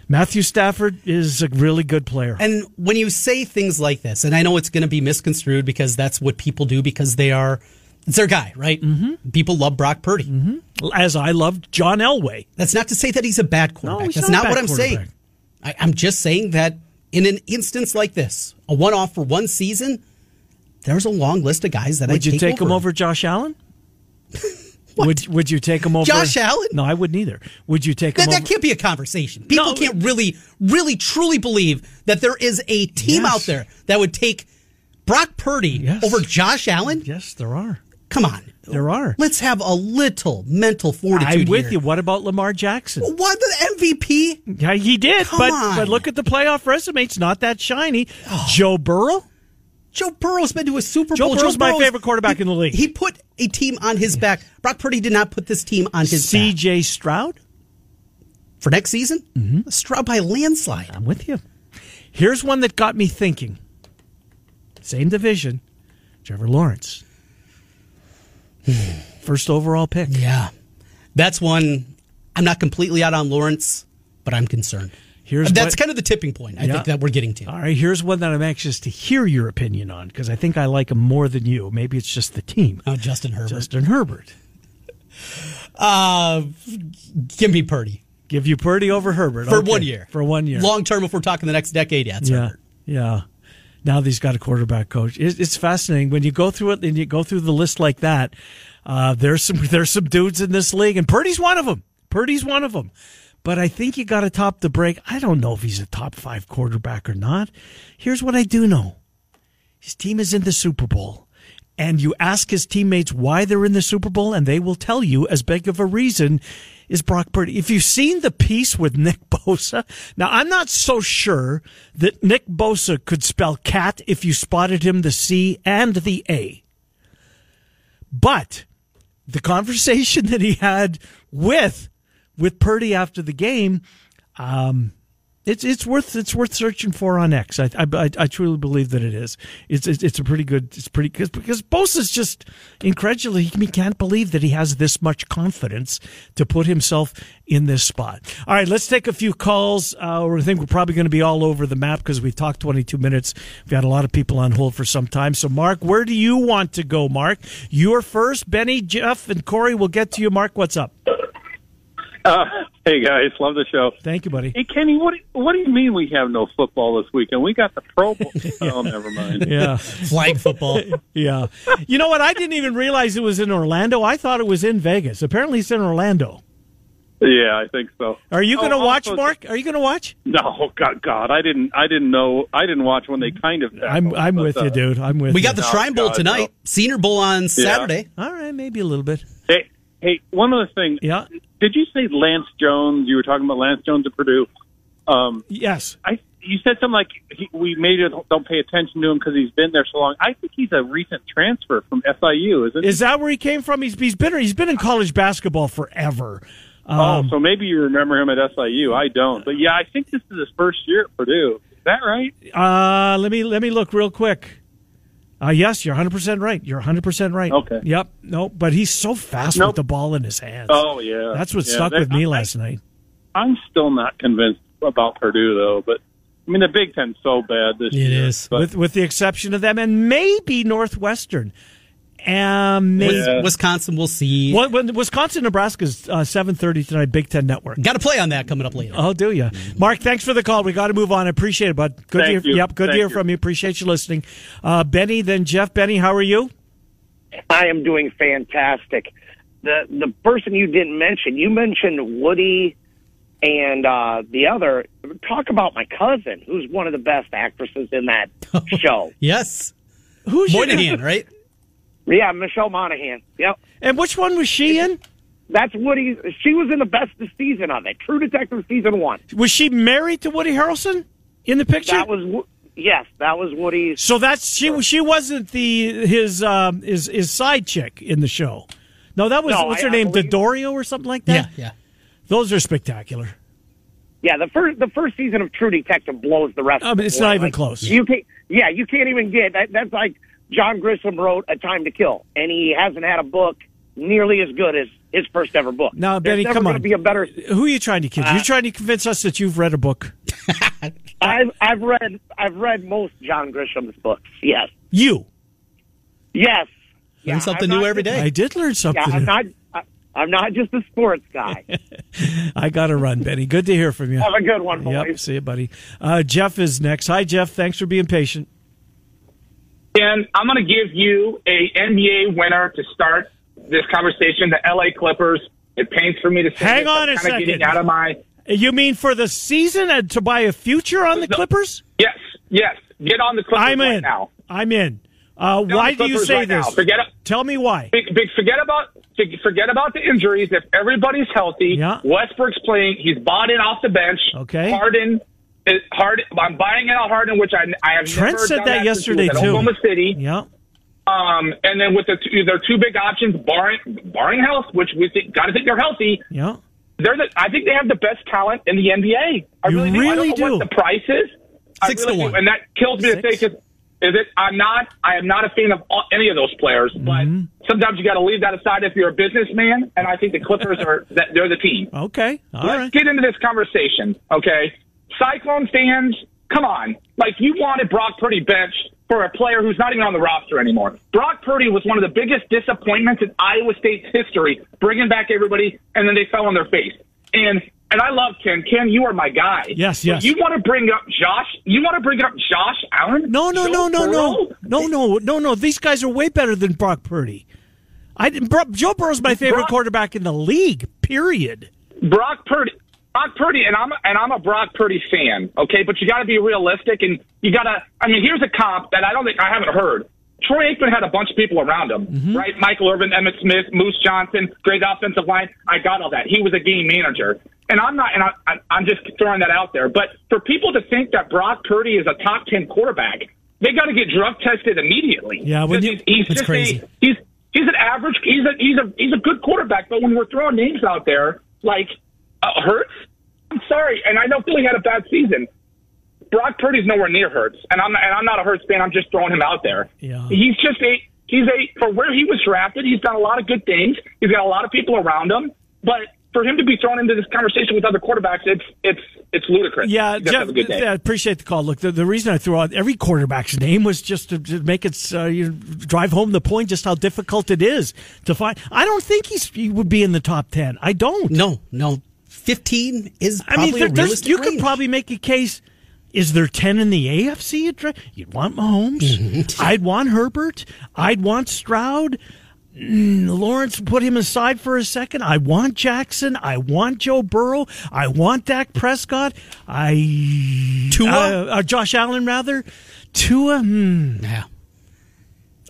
[SPEAKER 2] Matthew Stafford is a really good player.
[SPEAKER 3] And when you say things like this, and I know it's going to be misconstrued because that's what people do because they are, it's their guy, right? Mm-hmm. People love Brock Purdy.
[SPEAKER 2] Mm-hmm. As I loved John Elway.
[SPEAKER 3] That's not to say that he's a bad quarterback.
[SPEAKER 2] he's
[SPEAKER 3] That's
[SPEAKER 2] not
[SPEAKER 3] not,
[SPEAKER 2] a bad
[SPEAKER 3] what I'm saying.
[SPEAKER 2] quarterback.
[SPEAKER 3] I, I'm just saying that in an instance like this, a one off for one season, there's a long list of guys that I
[SPEAKER 2] Would you take him over
[SPEAKER 3] [LAUGHS]
[SPEAKER 2] Josh Allen? Would Would you take him over
[SPEAKER 3] Josh Allen?
[SPEAKER 2] No, I wouldn't either. Would you take
[SPEAKER 3] That,
[SPEAKER 2] him
[SPEAKER 3] that
[SPEAKER 2] over?
[SPEAKER 3] can't be a conversation. People
[SPEAKER 2] No.
[SPEAKER 3] can't really, really, truly believe that there is a team
[SPEAKER 2] Yes.
[SPEAKER 3] out there that would take Brock Purdy
[SPEAKER 2] Yes.
[SPEAKER 3] over Josh Allen.
[SPEAKER 2] Yes, there are.
[SPEAKER 3] Come on,
[SPEAKER 2] There are.
[SPEAKER 3] let's have a little mental fortitude.
[SPEAKER 2] I'm with
[SPEAKER 3] here.
[SPEAKER 2] you. What about Lamar Jackson?
[SPEAKER 3] What the MVP?
[SPEAKER 2] Yeah, he did,
[SPEAKER 3] Come
[SPEAKER 2] but
[SPEAKER 3] on. Oh.
[SPEAKER 2] but look at the playoff resume. It's not that shiny. Joe Burrow.
[SPEAKER 3] Joe Burrow's been to a Super
[SPEAKER 2] Joe
[SPEAKER 3] Bowl.
[SPEAKER 2] Burrow's my favorite quarterback in the league.
[SPEAKER 3] He put a team on his back. Brock Purdy did not put this team on his back
[SPEAKER 2] C.J. Stroud.
[SPEAKER 3] for next season. Mm-hmm. Stroud by a landslide.
[SPEAKER 2] I'm with you. Here's one that got me thinking. Same division.
[SPEAKER 3] [SIGHS]
[SPEAKER 2] Trevor Lawrence. First overall pick.
[SPEAKER 3] Yeah, that's one. I'm not completely out on Lawrence, but I'm concerned.
[SPEAKER 2] Here's
[SPEAKER 3] that's
[SPEAKER 2] what-
[SPEAKER 3] kind of the tipping point I
[SPEAKER 2] Yeah. Uh,
[SPEAKER 3] think that we're getting to.
[SPEAKER 2] All right, here's one that I'm anxious to hear your opinion on because I think I like him more than you. Maybe it's just the team.
[SPEAKER 3] Oh, Justin Herbert.
[SPEAKER 2] Justin Herbert.
[SPEAKER 3] Uh, give me Purdy
[SPEAKER 2] Give you Purdy over Herbert
[SPEAKER 3] for
[SPEAKER 2] Okay,
[SPEAKER 3] one year.
[SPEAKER 2] For one year.
[SPEAKER 3] Long term, if we're talking the next decade, yeah. It's
[SPEAKER 2] yeah,
[SPEAKER 3] Herbert.
[SPEAKER 2] yeah. Now that he's got a quarterback coach. It, it's fascinating when you go through it and you go through the list like that. Uh, there's some [LAUGHS] there's some dudes in this league, and Purdy's one of them. Purdy's one of them. But I think you got to top the break. I don't know if he's a top five quarterback or not. Here's what I do know. His team is in the Super Bowl. And you ask his teammates why they're in the Super Bowl, and they will tell you as big of a reason is Brock Purdy. If you've seen the piece with Nick [LAUGHS] Bosa, now I'm not so sure that Nick Bosa could spell cat if you spotted him the C and the A. [LAUGHS] But the conversation that he had with with Purdy after the game, um, it's it's worth it's worth searching for on X. I I, I truly believe that it is. It's it's, it's a pretty good. It's pretty because because Bosa's just incredulous. He can't believe that he has this much confidence to put himself in this spot. All right, let's take a few calls. Uh, I think we're probably going to be all over the map because we've talked 22 minutes. We've got a lot of people on hold for some time. So Mark, where do you want to go? Mark, you're first. Benny, Jeff, and Corey. We'll get to you. Mark, what's up?
[SPEAKER 4] Uh, [LAUGHS] hey guys, love the show.
[SPEAKER 2] Thank you, buddy.
[SPEAKER 5] [LAUGHS]
[SPEAKER 4] Hey Kenny, what do, what do you mean we have no football this weekend? We got the Pro
[SPEAKER 2] [LAUGHS]
[SPEAKER 4] Bowl. Oh, never mind.
[SPEAKER 2] Yeah. [LAUGHS]
[SPEAKER 3] Flag football.
[SPEAKER 2] Yeah. You know what? I didn't even realize it was in Orlando. I thought it was in Vegas. Apparently, it's in Orlando.
[SPEAKER 4] Yeah, I think so.
[SPEAKER 2] Are you going to
[SPEAKER 4] Oh, I'm
[SPEAKER 2] watch,
[SPEAKER 4] supposed
[SPEAKER 2] Mark? Are you going to watch?
[SPEAKER 4] No, God, God, I didn't, I didn't know, I didn't watch when they kind of.
[SPEAKER 2] I'm
[SPEAKER 4] tackled,
[SPEAKER 2] I'm
[SPEAKER 4] but,
[SPEAKER 2] with
[SPEAKER 4] uh,
[SPEAKER 2] you, dude. I'm with
[SPEAKER 3] We
[SPEAKER 2] you.
[SPEAKER 3] got the
[SPEAKER 4] No,
[SPEAKER 3] Shrine Bowl
[SPEAKER 4] God,
[SPEAKER 3] tonight, Senior Bowl on Saturday.
[SPEAKER 2] All right, maybe a little bit.
[SPEAKER 4] Hey, hey, one other thing.
[SPEAKER 2] Yeah.
[SPEAKER 4] Did you say Lance Jones? You were talking about Lance Jones at Purdue. Um,
[SPEAKER 2] Yes.
[SPEAKER 4] I you said something like he, we made it. Don't pay attention to him because he's been there so long. I think he's a recent transfer from SIU. Is it?
[SPEAKER 2] Is that where he came from? He's he's been he's been in college basketball forever.
[SPEAKER 3] Um,
[SPEAKER 2] Uh,
[SPEAKER 4] oh, so maybe you remember him at SIU. I don't, but yeah, I think this is his first year at Purdue. Is that right?
[SPEAKER 2] Uh, let me let me look real quick. Uh, yes, you're 100 percent right. You're 100 percent right.
[SPEAKER 4] Okay.
[SPEAKER 2] Yep. No, but he's so fast with
[SPEAKER 4] Nope.
[SPEAKER 2] the ball in his hands.
[SPEAKER 4] Oh yeah,
[SPEAKER 2] That's what
[SPEAKER 4] Yeah,
[SPEAKER 2] stuck
[SPEAKER 4] that-
[SPEAKER 2] with me
[SPEAKER 4] I-
[SPEAKER 2] last night.
[SPEAKER 4] I'm still not convinced about Purdue though. But I mean, the Big Ten's so bad this
[SPEAKER 3] It
[SPEAKER 4] year.
[SPEAKER 3] is.
[SPEAKER 4] But,
[SPEAKER 2] with with the exception of them and maybe Northwestern. And maybe,
[SPEAKER 4] Yeah.
[SPEAKER 3] Wisconsin, we'll see.
[SPEAKER 2] Wa- wa- Wisconsin, Nebraska's uh, seven thirty tonight. Big Ten Network.
[SPEAKER 3] Got to play on that coming up later.
[SPEAKER 2] Oh, do you,
[SPEAKER 6] Mm-hmm.
[SPEAKER 2] Mark? Thanks for the call. We got to move on. I appreciate it, bud. Good
[SPEAKER 4] Thank
[SPEAKER 2] to hear.
[SPEAKER 4] you.
[SPEAKER 2] Yep, good to
[SPEAKER 4] Thank
[SPEAKER 2] hear
[SPEAKER 4] you.
[SPEAKER 2] from you. Appreciate you listening. Uh, Benny, then Jeff. Benny, how are you?
[SPEAKER 6] I am doing fantastic. The the person you didn't mention, you mentioned Woody and uh, the other. Talk about my cousin, who's one of the best actresses in that show.
[SPEAKER 3] Yes.
[SPEAKER 2] Who's your-
[SPEAKER 3] Moynihan, right?
[SPEAKER 6] Yeah, Michelle Monaghan. Yep,
[SPEAKER 2] [LAUGHS] And which one was she in?
[SPEAKER 6] that's Woody. She was in the best season of it, True Detective season one.
[SPEAKER 2] Was she married to Woody Harrelson in the picture?
[SPEAKER 6] That was Wo- yes, that was Woody's.
[SPEAKER 2] so that's she. She wasn't the his um, his his side chick in the show. No, that was
[SPEAKER 6] No,
[SPEAKER 2] what's
[SPEAKER 6] I-
[SPEAKER 2] her
[SPEAKER 6] I
[SPEAKER 2] name,
[SPEAKER 6] believe-
[SPEAKER 2] Dodorio or something like
[SPEAKER 3] Yeah,
[SPEAKER 2] that.
[SPEAKER 3] yeah.
[SPEAKER 2] Those are spectacular.
[SPEAKER 6] Yeah, the first the first season of True Detective blows the rest.
[SPEAKER 2] I
[SPEAKER 6] of
[SPEAKER 2] mean,
[SPEAKER 6] it
[SPEAKER 2] Oh, it's
[SPEAKER 6] away.
[SPEAKER 2] not even
[SPEAKER 6] Like,
[SPEAKER 2] close.
[SPEAKER 6] You can yeah, you can't even get that, that's like John Grissom wrote A Time to Kill, and he hasn't had a book nearly as good as his first ever book.
[SPEAKER 2] Now, Benny,
[SPEAKER 6] There's never
[SPEAKER 2] come
[SPEAKER 6] gonna
[SPEAKER 2] on. Uh,
[SPEAKER 6] Be a better.
[SPEAKER 2] Who are you trying to kid?
[SPEAKER 6] Uh,
[SPEAKER 2] You're trying to convince us that you've read a book.
[SPEAKER 6] I've I've read I've read most John Grisham's books. Yes,
[SPEAKER 2] You.
[SPEAKER 6] yes.
[SPEAKER 3] Learn
[SPEAKER 6] Yeah,
[SPEAKER 3] something
[SPEAKER 6] I'm
[SPEAKER 3] new
[SPEAKER 6] not
[SPEAKER 3] every
[SPEAKER 6] just-
[SPEAKER 3] day.
[SPEAKER 2] I did learn something.
[SPEAKER 6] Yeah, I'm not. I, I'm not just a sports guy.
[SPEAKER 2] [LAUGHS] I got to run, Benny. Good to hear from you.
[SPEAKER 6] Have a good one, boys.
[SPEAKER 2] Yep. See you, buddy. Uh, Jeff is next. Hi, Jeff. Thanks for being patient.
[SPEAKER 7] And I'm going to give you a NBA winner to start this conversation. The LA Clippers. It pains for me to say
[SPEAKER 2] Hang
[SPEAKER 7] this.
[SPEAKER 2] on
[SPEAKER 7] I'm
[SPEAKER 2] a
[SPEAKER 7] kinda
[SPEAKER 2] second.
[SPEAKER 7] Getting out of my
[SPEAKER 2] You mean for the season and to buy a future on the Clippers?
[SPEAKER 7] yes, yes. Get on the Clippers
[SPEAKER 2] I'm
[SPEAKER 7] right
[SPEAKER 2] in.
[SPEAKER 7] now.
[SPEAKER 2] I'm in. Uh,
[SPEAKER 7] the
[SPEAKER 2] why do you
[SPEAKER 7] Clippers
[SPEAKER 2] say
[SPEAKER 7] right now.
[SPEAKER 2] this?
[SPEAKER 7] Forget it.
[SPEAKER 2] Tell me why.
[SPEAKER 7] Big, big, forget about fig- forget about the injuries. If everybody's healthy,
[SPEAKER 2] Yeah.
[SPEAKER 7] Westbrook's playing. He's bought in off the bench.
[SPEAKER 2] Okay.
[SPEAKER 7] Harden. Is hard, I'm buying in on Harden, which I, I have
[SPEAKER 2] Trent
[SPEAKER 7] never
[SPEAKER 2] said
[SPEAKER 7] done
[SPEAKER 2] that
[SPEAKER 7] since he was
[SPEAKER 2] yesterday,
[SPEAKER 7] at
[SPEAKER 2] too.
[SPEAKER 7] Oklahoma City.
[SPEAKER 2] Yeah.
[SPEAKER 7] Um, and then with the two, their two big options, barring barring health, which we think, got to think they're healthy.
[SPEAKER 2] Yeah.
[SPEAKER 7] They're the, I think they have the best talent in the NBA. I
[SPEAKER 2] You
[SPEAKER 7] really, do. I
[SPEAKER 2] really
[SPEAKER 7] don't know
[SPEAKER 2] do.
[SPEAKER 7] what the price is. I
[SPEAKER 3] Six to
[SPEAKER 7] really do.
[SPEAKER 3] one.
[SPEAKER 7] and that kills me to
[SPEAKER 2] Six.
[SPEAKER 7] say 'cause is it? I'm not. I am not a fan of all- any of those players.
[SPEAKER 2] Mm-hmm.
[SPEAKER 7] But sometimes you got to leave that aside if you're a businessman. And I think the Clippers are that they're the team.
[SPEAKER 2] Okay. All
[SPEAKER 7] Let's
[SPEAKER 2] right.
[SPEAKER 7] get into this conversation, okay? Cyclone fans, come on. Like, you wanted Brock Purdy benched for a player who's not even on the roster anymore. Brock Purdy was one of the biggest disappointments in Iowa State's history, bringing back everybody, and then they fell on their face. And and I love Ken. Ken, you are my guy.
[SPEAKER 2] Yes,
[SPEAKER 7] But
[SPEAKER 2] yes.
[SPEAKER 7] You want to bring up Josh? You want to bring up Josh Allen?
[SPEAKER 2] No, no, no, no,
[SPEAKER 7] Joe
[SPEAKER 2] no,
[SPEAKER 7] Burrow?
[SPEAKER 2] no, no, no, no. These guys are way better than Brock Purdy. I didn't- Bro, Joe Burrow's my favorite
[SPEAKER 7] Brock-
[SPEAKER 2] quarterback in the league. Period.
[SPEAKER 7] Brock Purdy. Brock Purdy, and I'm and I'm a Brock Purdy fan, okay. But you got to be realistic, and you got to. I mean, here's a comp that I don't think I haven't heard. Troy Aikman had a bunch of people around him,
[SPEAKER 2] Mm-hmm.
[SPEAKER 7] right? Michael Irvin, Emmett Smith, Moose Johnson, great offensive line. I got all that. He was a game manager, and I'm not. And I, I, I'm just throwing that out there. But for people to think that Brock Purdy is a top ten quarterback, they got to get drug tested immediately.
[SPEAKER 2] Yeah, when you-
[SPEAKER 7] Because he's, he's
[SPEAKER 3] that's
[SPEAKER 7] just a-
[SPEAKER 3] crazy.
[SPEAKER 7] he's he's an average. He's a he's a he's a good quarterback. But when we're throwing names out there, like uh, Hurts. I'm sorry, and I know Philly had a bad season. Brock Purdy's nowhere near Hurts, and I'm and I'm not a Hurts fan. I'm just throwing him out there.
[SPEAKER 2] Yeah.
[SPEAKER 7] He's just a he's a for where he was drafted. He's done a lot of good things. He's got a lot of people around him, but for him to be thrown into this conversation with other quarterbacks, it's it's it's ludicrous.
[SPEAKER 2] Yeah,
[SPEAKER 7] You guys
[SPEAKER 2] Jeff,
[SPEAKER 7] have a good day.
[SPEAKER 2] I appreciate the call. Look, the, the reason I threw out every quarterback's name was just to, to make it uh, you drive home the point just how difficult it is to find. I don't think he's, he would be in the top 10. I don't.
[SPEAKER 3] No, no. 15 is
[SPEAKER 2] I
[SPEAKER 3] probably
[SPEAKER 2] mean, there,
[SPEAKER 3] a
[SPEAKER 2] there's,
[SPEAKER 3] realistic
[SPEAKER 2] you could
[SPEAKER 3] range.
[SPEAKER 2] probably make a case. Is there 10 in the AFC? at dra- You'd want
[SPEAKER 3] Mm-hmm.
[SPEAKER 2] Mahomes. I'd want Herbert. I'd want Stroud. Mm, Lawrence, put him aside for a second. I want Jackson. I want Joe Burrow. I want Dak Prescott. I.
[SPEAKER 3] Tua?
[SPEAKER 2] Uh, uh, Josh Allen, rather. Tua. Hmm.
[SPEAKER 3] Yeah.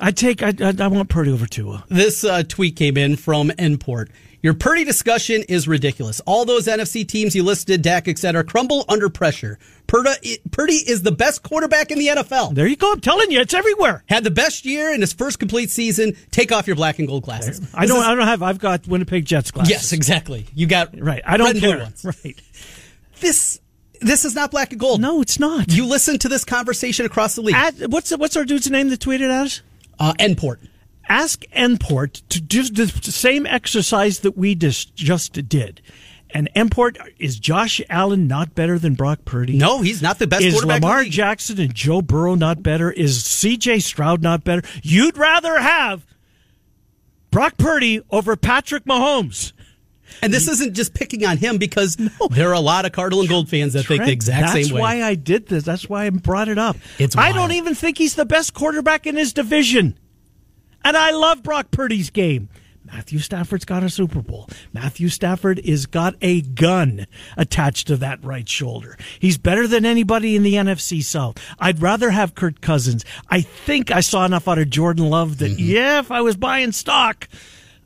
[SPEAKER 2] I take. I, I, I want Purdy over Tua.
[SPEAKER 3] This uh, tweet came in from Nport. Your Purdy discussion is ridiculous. All those NFC teams you listed, Dak, etc., crumble under pressure. Purdy, Purdy is the best quarterback in the NFL.
[SPEAKER 2] There you go. I'm telling you, it's everywhere.
[SPEAKER 3] Had the best year in his first complete season. Take off your black and gold glasses.
[SPEAKER 2] I don't. I don't have. I've got Winnipeg Jets glasses.
[SPEAKER 3] Yes, exactly. You got
[SPEAKER 2] Right. I don't
[SPEAKER 3] red and blue
[SPEAKER 2] care.
[SPEAKER 3] ones.
[SPEAKER 2] Right.
[SPEAKER 3] This this is not black and gold.
[SPEAKER 2] No, it's not.
[SPEAKER 3] you listen to this conversation across the league.
[SPEAKER 2] At, what's what's our dude's name that tweeted at us?
[SPEAKER 3] uh, Nport.
[SPEAKER 2] Ask Nport to do the same exercise that we just just did. And Nport is Josh Allen not better than Brock Purdy?
[SPEAKER 3] No, he's not the best
[SPEAKER 2] Is
[SPEAKER 3] quarterback. in the
[SPEAKER 2] Lamar
[SPEAKER 3] league.
[SPEAKER 2] Jackson and Joe Burrow not better? Is C.J. Stroud not better? You'd rather have Brock Purdy over Patrick Mahomes.
[SPEAKER 3] And this isn't just picking on him because there are a lot of Cardinal and Gold fans that think the
[SPEAKER 2] Trent,
[SPEAKER 3] exact
[SPEAKER 2] That's
[SPEAKER 3] same way.
[SPEAKER 2] why I did this. That's why I brought it up.
[SPEAKER 3] It's
[SPEAKER 2] I
[SPEAKER 3] wild.
[SPEAKER 2] don't even think he's the best quarterback in his division. And I love Brock Purdy's game. Matthew Stafford's got a Super Bowl. Matthew Stafford is got a gun attached to that right shoulder. He's better than anybody in the NFC South. I'd rather have Kirk Cousins. I think I saw enough out of Jordan Love that
[SPEAKER 3] Mm-hmm.
[SPEAKER 2] yeah, if I was buying stock,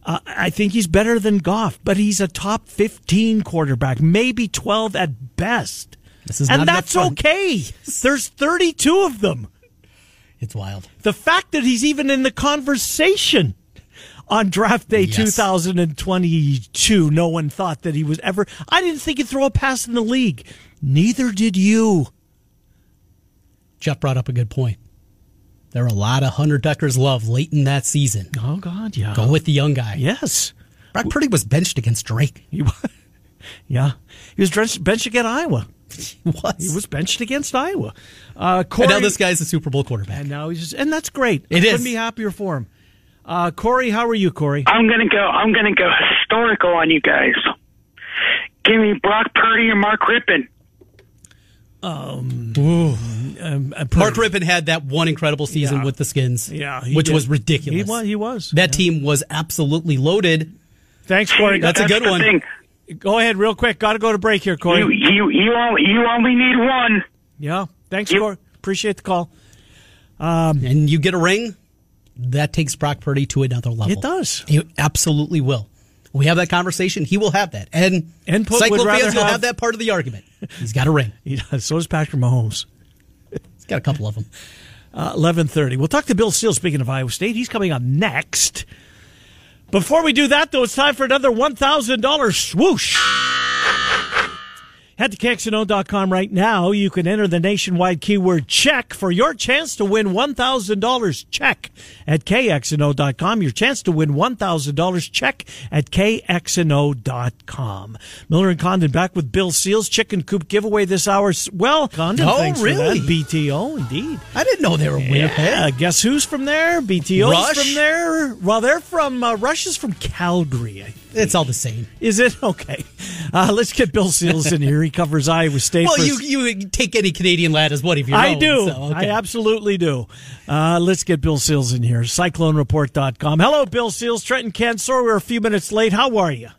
[SPEAKER 2] uh, I think he's better than Goff, but he's a top 15 quarterback, maybe 12 at best.
[SPEAKER 3] This is
[SPEAKER 2] and
[SPEAKER 3] not enough
[SPEAKER 2] that's
[SPEAKER 3] fun.
[SPEAKER 2] okay. There's 32 of them.
[SPEAKER 3] it's wild.
[SPEAKER 2] The fact that he's even in the conversation on draft day
[SPEAKER 3] Yes.
[SPEAKER 2] 2022, no one thought that he was ever. I didn't think he'd throw a pass in the league. Neither did you.
[SPEAKER 3] Jeff brought up a good point. There are a lot of Hunter Ducker's love late in that season.
[SPEAKER 2] Oh, God, yeah.
[SPEAKER 3] Go with the young guy.
[SPEAKER 2] Yes.
[SPEAKER 3] Brock Purdy was benched against Drake. [LAUGHS]
[SPEAKER 2] He, wa- [LAUGHS] yeah. He was drenched- benched against Iowa.
[SPEAKER 3] He was.
[SPEAKER 2] He was benched against Iowa. Uh, Corey,
[SPEAKER 3] and now this guy's a Super Bowl quarterback.
[SPEAKER 2] And now he's just, and that's great. I
[SPEAKER 3] It
[SPEAKER 2] couldn't
[SPEAKER 3] is.
[SPEAKER 2] be happier for him. Uh, Corey, how are you, Corey?
[SPEAKER 8] I'm gonna go. I'm gonna go historical on you guys. Give me Brock Purdy and Mark Rippon.
[SPEAKER 3] Mark Rippon had that one incredible season
[SPEAKER 2] Yeah.
[SPEAKER 3] with the Skins,
[SPEAKER 2] Uh, Yeah, he
[SPEAKER 3] which
[SPEAKER 2] did.
[SPEAKER 3] was ridiculous.
[SPEAKER 2] He was. He was.
[SPEAKER 3] That team was absolutely loaded.
[SPEAKER 2] Thanks, Corey.
[SPEAKER 3] That's a good
[SPEAKER 8] the
[SPEAKER 3] one.
[SPEAKER 8] Thing.
[SPEAKER 2] Go ahead, real quick. Got to go to break here, Corey.
[SPEAKER 8] You you you only you only need one.
[SPEAKER 2] yeah. Thanks,
[SPEAKER 8] You-
[SPEAKER 2] Corey. Appreciate the call. [LAUGHS]
[SPEAKER 3] And you get a ring, that takes Brock Purdy to another level.
[SPEAKER 2] It does.
[SPEAKER 3] It absolutely will. We have that conversation. He will have that. And
[SPEAKER 2] Input would
[SPEAKER 3] Cyclo
[SPEAKER 2] rather
[SPEAKER 3] fans will
[SPEAKER 2] have-
[SPEAKER 3] have that part of the argument. He's got a ring.
[SPEAKER 2] He does. So does Patrick Mahomes.
[SPEAKER 3] He's got a couple of them.
[SPEAKER 2] Eleven thirty. We'll talk to Bill Seal. Speaking of Iowa State, he's coming up next. Before we do that, though, it's time for another one thousand dollars swoosh. Head to KXNO.com right now. You can enter the nationwide keyword check for your chance to win $1,000. Check at KXNO.com. Your chance to win $1,000. Check at KXNO.com. Miller and Condon back with Bill Seals Chicken Coop giveaway this hour. S- Well, Condon,
[SPEAKER 3] Oh,
[SPEAKER 2] thanks for that.
[SPEAKER 3] really?
[SPEAKER 2] BTO, indeed.
[SPEAKER 3] I didn't know they were Winnipeg.
[SPEAKER 2] Yeah, uh, guess who's from there? BTO's
[SPEAKER 3] Rush?
[SPEAKER 2] from there. Well, they're from, uh, Rush is from Calgary, I
[SPEAKER 3] It's all the same.
[SPEAKER 2] is it [LAUGHS] okay? Uh, let's get Bill Seals in here. He covers Iowa State.
[SPEAKER 3] Well,
[SPEAKER 2] for-
[SPEAKER 3] you you take any Canadian lad as one of your
[SPEAKER 2] I
[SPEAKER 3] own,
[SPEAKER 2] do.
[SPEAKER 3] so, okay.
[SPEAKER 2] I absolutely do. Uh, let's get Bill Seals in here. CycloneReport.com. Hello, Bill Seals. Trenton Kent. Sorry we're a few minutes late. How are you?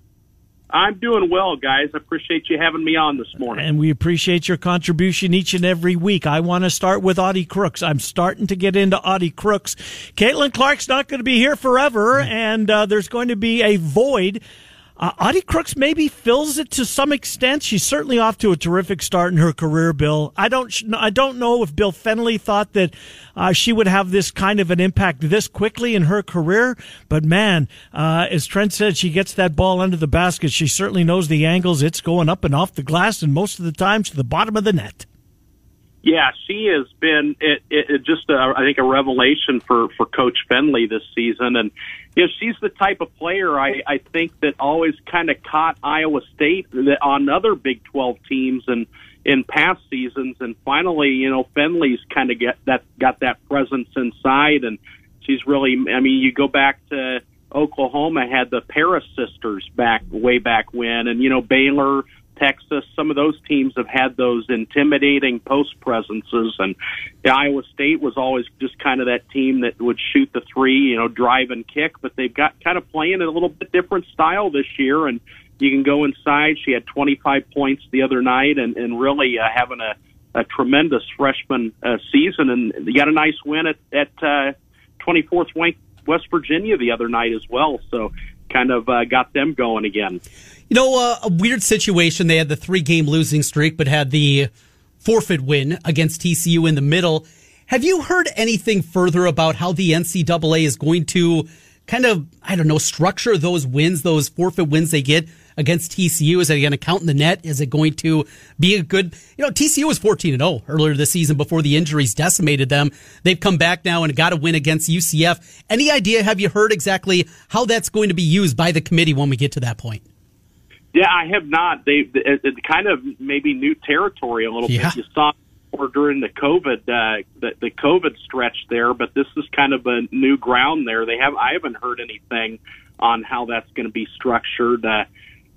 [SPEAKER 4] I'm doing well, guys. I appreciate you having me on this morning.
[SPEAKER 2] And we appreciate your contribution each and every week. I want to start with Audie Crooks. I'm starting to get into Audie Crooks. Caitlin Clark's not going to be here forever, and uh, there's going to be a void. Uh, Audie Crooks maybe fills it to some extent. She's certainly off to a terrific start in her career, Bill. I don't, sh- I don't know if Bill Fenley thought that uh, she would have this kind of an impact this quickly in her career, but man, uh, as Trent said, she gets that ball under the basket. She certainly knows the angles. It's going up and off the glass, and most of the time to the bottom of the net.
[SPEAKER 5] Yeah, she has been it, it, it just, uh, I think, a revelation for for Coach Fenley this season. And you know, she's the type of player I, I think that always kind of caught Iowa State that on other Big Twelve teams and in past seasons. And finally, you know, Fenley's kind of get that got that presence inside, and she's really. I mean, you go back to Oklahoma had the Paris sisters back way back when, and you know Baylor. Texas. Some of those teams have had those intimidating post presences, and the Iowa State was always just kind of that team that would shoot the three, you know, drive and kick. But they've got kind of playing in a little bit different style this year, and you can go inside. She had 25 points the other night, and and really uh, having a a tremendous freshman uh, season, and they got a nice win at at uh, 24th ranked West Virginia the other night as well. So. Kind of uh, got them going again.
[SPEAKER 3] You know, uh, a weird situation. They had the three game losing streak, but had the forfeit win against TCU in the middle. Have you heard anything further about how the NCAA is going to kind of, I don't know, structure those wins, those forfeit wins they get against TCU? Is it going to count in the net? Is it going to be a good, you know, TCU was 14 and 0 earlier this season before the injuries decimated them. They've come back now and got a win against UCF. Any idea? Have you heard exactly how that's going to be used by the committee when we get to that point?
[SPEAKER 5] Yeah, I have not. They it, it kind of maybe new territory a little
[SPEAKER 3] Yeah.
[SPEAKER 5] bit. You saw or during the COVID uh, the, the COVID stretch there, but this is kind of a new ground there. They have I haven't heard anything on how that's going to be structured. Uh,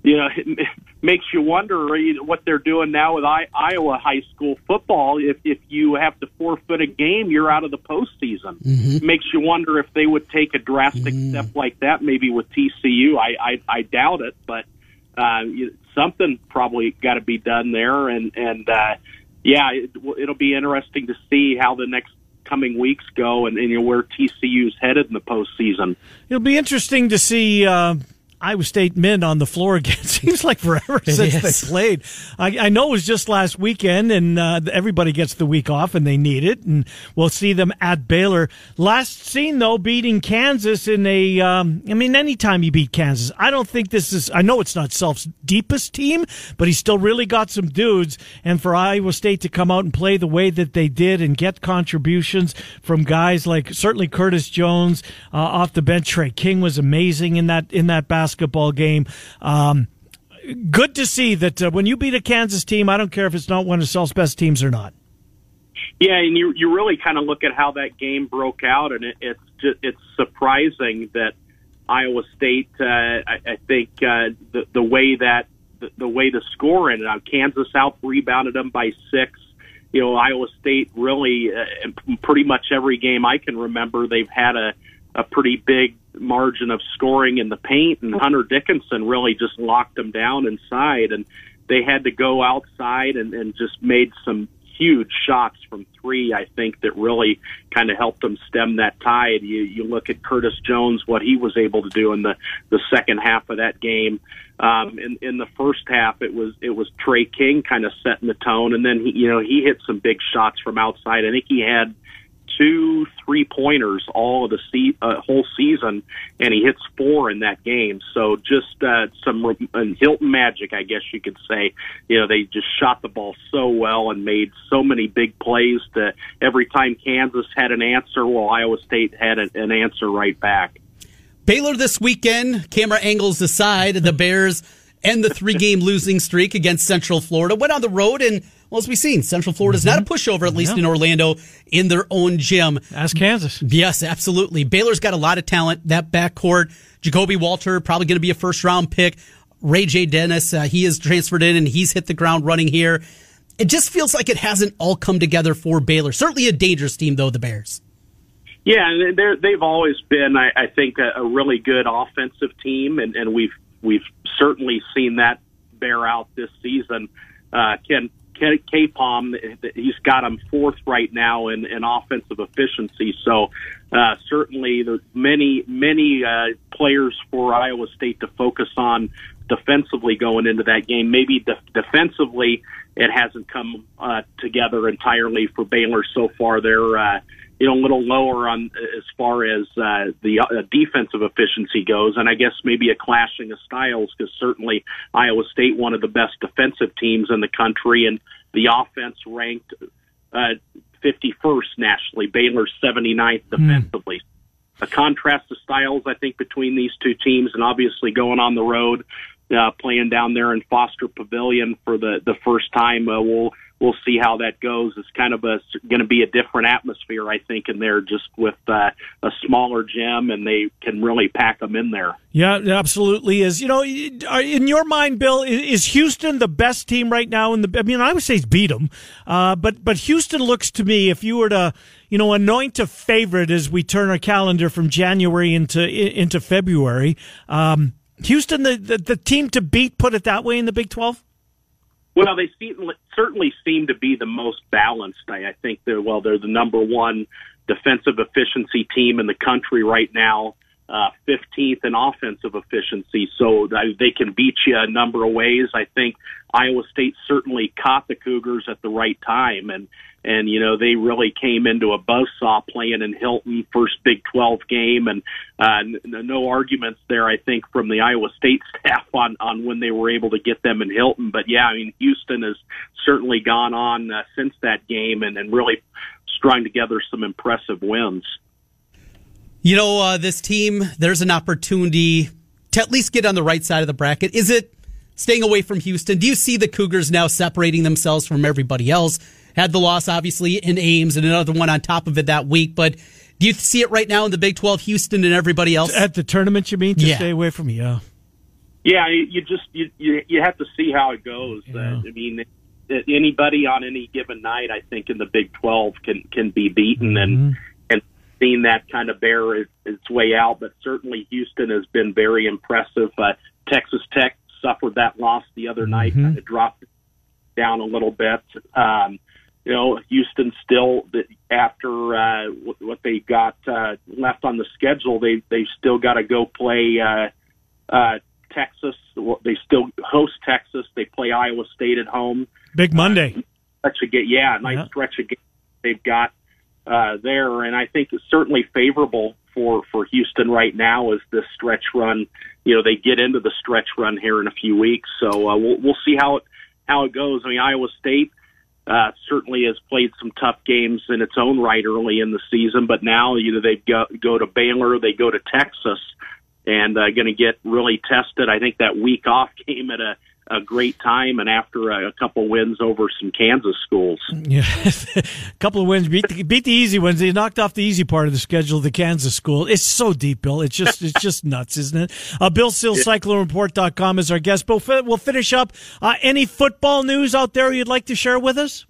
[SPEAKER 5] you know, [LAUGHS] it makes you wonder uh, you know, what they're doing now with I, Iowa high school football. If if you have to forfeit a game, you're out of the postseason. Makes you wonder if they would take a drastic step like that, maybe with TCU. I I, I doubt it, but uh, you- something probably got to be done there. And and uh, yeah, it, will- it'll be interesting to see how the next coming weeks go and, and you know, where TCU's headed in the postseason.
[SPEAKER 2] It'll be interesting to see uh, Iowa State men on the floor again. [LAUGHS] Seems like forever since
[SPEAKER 3] is.
[SPEAKER 2] they played. I, I know it was just last weekend, and uh, everybody gets the week off, and they need it. And we'll see them at Baylor. Last seen though beating Kansas in a. Um, I mean, anytime you beat Kansas, I don't think this is. I know it's not Self's deepest team, but he's still really got some dudes. And for Iowa State to come out and play the way that they did and get contributions from guys like certainly Curtis Jones uh, off the bench. Trey King was amazing in that in that basketball game. Um, good to see that uh, when you beat a Kansas team, I don't care if it's not one of Self's best teams or not.
[SPEAKER 5] Yeah, and you you really kind of look at how that game broke out, and it, it's just, it's surprising that Iowa State. Uh, I, I think uh, the the way that the, the way the score ended on Kansas out rebounded them by six. You know, Iowa State really, uh, in pretty much every game I can remember, they've had a a pretty big margin of scoring in the paint, and Hunter Dickinson really just locked them down inside, and they had to go outside and, and just made some huge shots from three. I think that really kind of helped them stem that tide. You, you look at Curtis Jones, what he was able to do in the the second half of that game. Um, in, in the first half, it was it was Trey King kind of setting the tone, and then he, you know he hit some big shots from outside. I think he had two three pointers all of the se- uh, whole season, and he hits four in that game. So just uh, some re- and Hilton magic, I guess you could say. You know, they just shot the ball so well and made so many big plays that every time Kansas had an answer, well, Iowa State had an, an answer right back.
[SPEAKER 3] Baylor this weekend, camera angles aside, the Bears end the three game losing streak against Central Florida. Went on the road, and well, as we've seen, Central Florida is not a pushover, at least in Orlando, in their own gym.
[SPEAKER 2] Ask Kansas.
[SPEAKER 3] Yes, absolutely. Baylor's got a lot of talent. That backcourt, Jacoby Walter, probably going to be a first round pick. Ray J. Dennis, uh, he is transferred in and he's hit the ground running here. It just feels like it hasn't all come together for Baylor. Certainly a dangerous team, though, the Bears.
[SPEAKER 5] Yeah, and they're, they've always been, I, I think, a, a really good offensive team, and, and we've we've certainly seen that bear out this season. Uh, Ken, Ken K-Pom, he's got them fourth right now in, in offensive efficiency. So uh, certainly there's many many uh, players for Iowa State to focus on defensively going into that game. Maybe de- defensively it hasn't come uh, together entirely for Baylor so far. They're uh, you know a little lower on as far as uh, the uh, defensive efficiency goes, and I guess maybe a clashing of styles because certainly Iowa State one of the best defensive teams in the country, and the offense ranked uh, 51st nationally, Baylor 79th defensively. A contrast of styles, I think, between these two teams, and obviously going on the road, uh, playing down there in Foster Pavilion for the the first time. Uh, we'll we'll see how that goes. It's kind of a going to be a different atmosphere, I think, in there, just with uh, a smaller gym, and they can really pack them in there.
[SPEAKER 2] Yeah, it absolutely is. You know, are- in your mind, Bill, i- is Houston the best team right now? In the, I mean, I would say beat them, uh, but but Houston looks to me, if you were to, you know, anoint a favorite as we turn our calendar from January into i- into February, um, Houston, the, the the team to beat, put it that way, in the Big Twelve.
[SPEAKER 5] Well, they seem, certainly seem to be the most balanced. I, I think they're well, they're the number one defensive efficiency team in the country right now, uh, 15th in offensive efficiency. So they they can beat you a number of ways. I think Iowa State certainly caught the Cougars at the right time, and and you know they really came into a buzzsaw playing in Hilton first Big 12 game and uh, n- n- no arguments there I think from the Iowa State [LAUGHS] staff on on when they were able to get them in Hilton but yeah I mean Houston has certainly gone on uh, since that game and and really strung together some impressive wins.
[SPEAKER 3] You know, uh, this team, there's an opportunity to at least get on the right side of the bracket. Is it staying away from Houston? Do you see the Cougars now separating themselves from everybody else? Had the loss, obviously, in Ames and another one on top of it that week, but do you see it right now in the Big 12, Houston and everybody else?
[SPEAKER 2] At the tournament, you mean to
[SPEAKER 3] Yeah.
[SPEAKER 2] stay away from you? Yeah.
[SPEAKER 5] Yeah, you you just you you, you have to see how it goes. Uh, I mean, a- anybody on any given night, I think in the Big Twelve can can be beaten and and seen that kind of bear is, its way out. But certainly Houston has been very impressive. Uh, Texas Tech suffered that loss the other night, kind of dropped down a little bit. Um, you know, Houston still th- after uh, wh- what they got uh, left on the schedule, they they still got to go play. Uh, uh, Texas. They still host Texas. They play Iowa State at home.
[SPEAKER 2] Big Monday.
[SPEAKER 5] Stretch of ga- yeah, nice
[SPEAKER 2] Yeah.
[SPEAKER 5] stretch of games they've got uh, there, and I think it's certainly favorable for for Houston right now is this stretch run. You know, they get into the stretch run here in a few weeks, so uh, we'll we'll see how it how it goes. I mean, Iowa State uh, certainly has played some tough games in its own right early in the season, but now you know they go go to Baylor, they go to Texas, and uh, going to get really tested. I think that week off [LAUGHS] came at a a great time, and after a, a couple wins over some Kansas schools.
[SPEAKER 2] Yeah, [LAUGHS] a couple of wins beat the, beat the easy ones. They knocked off the easy part of the schedule, the Kansas school. It's so deep, Bill. It's just it's just nuts, isn't it? Uh, Bill Seal, CycloneReport.com is our guest. Bill, fi- we'll finish up. Uh, any football news out there you'd like to share with us?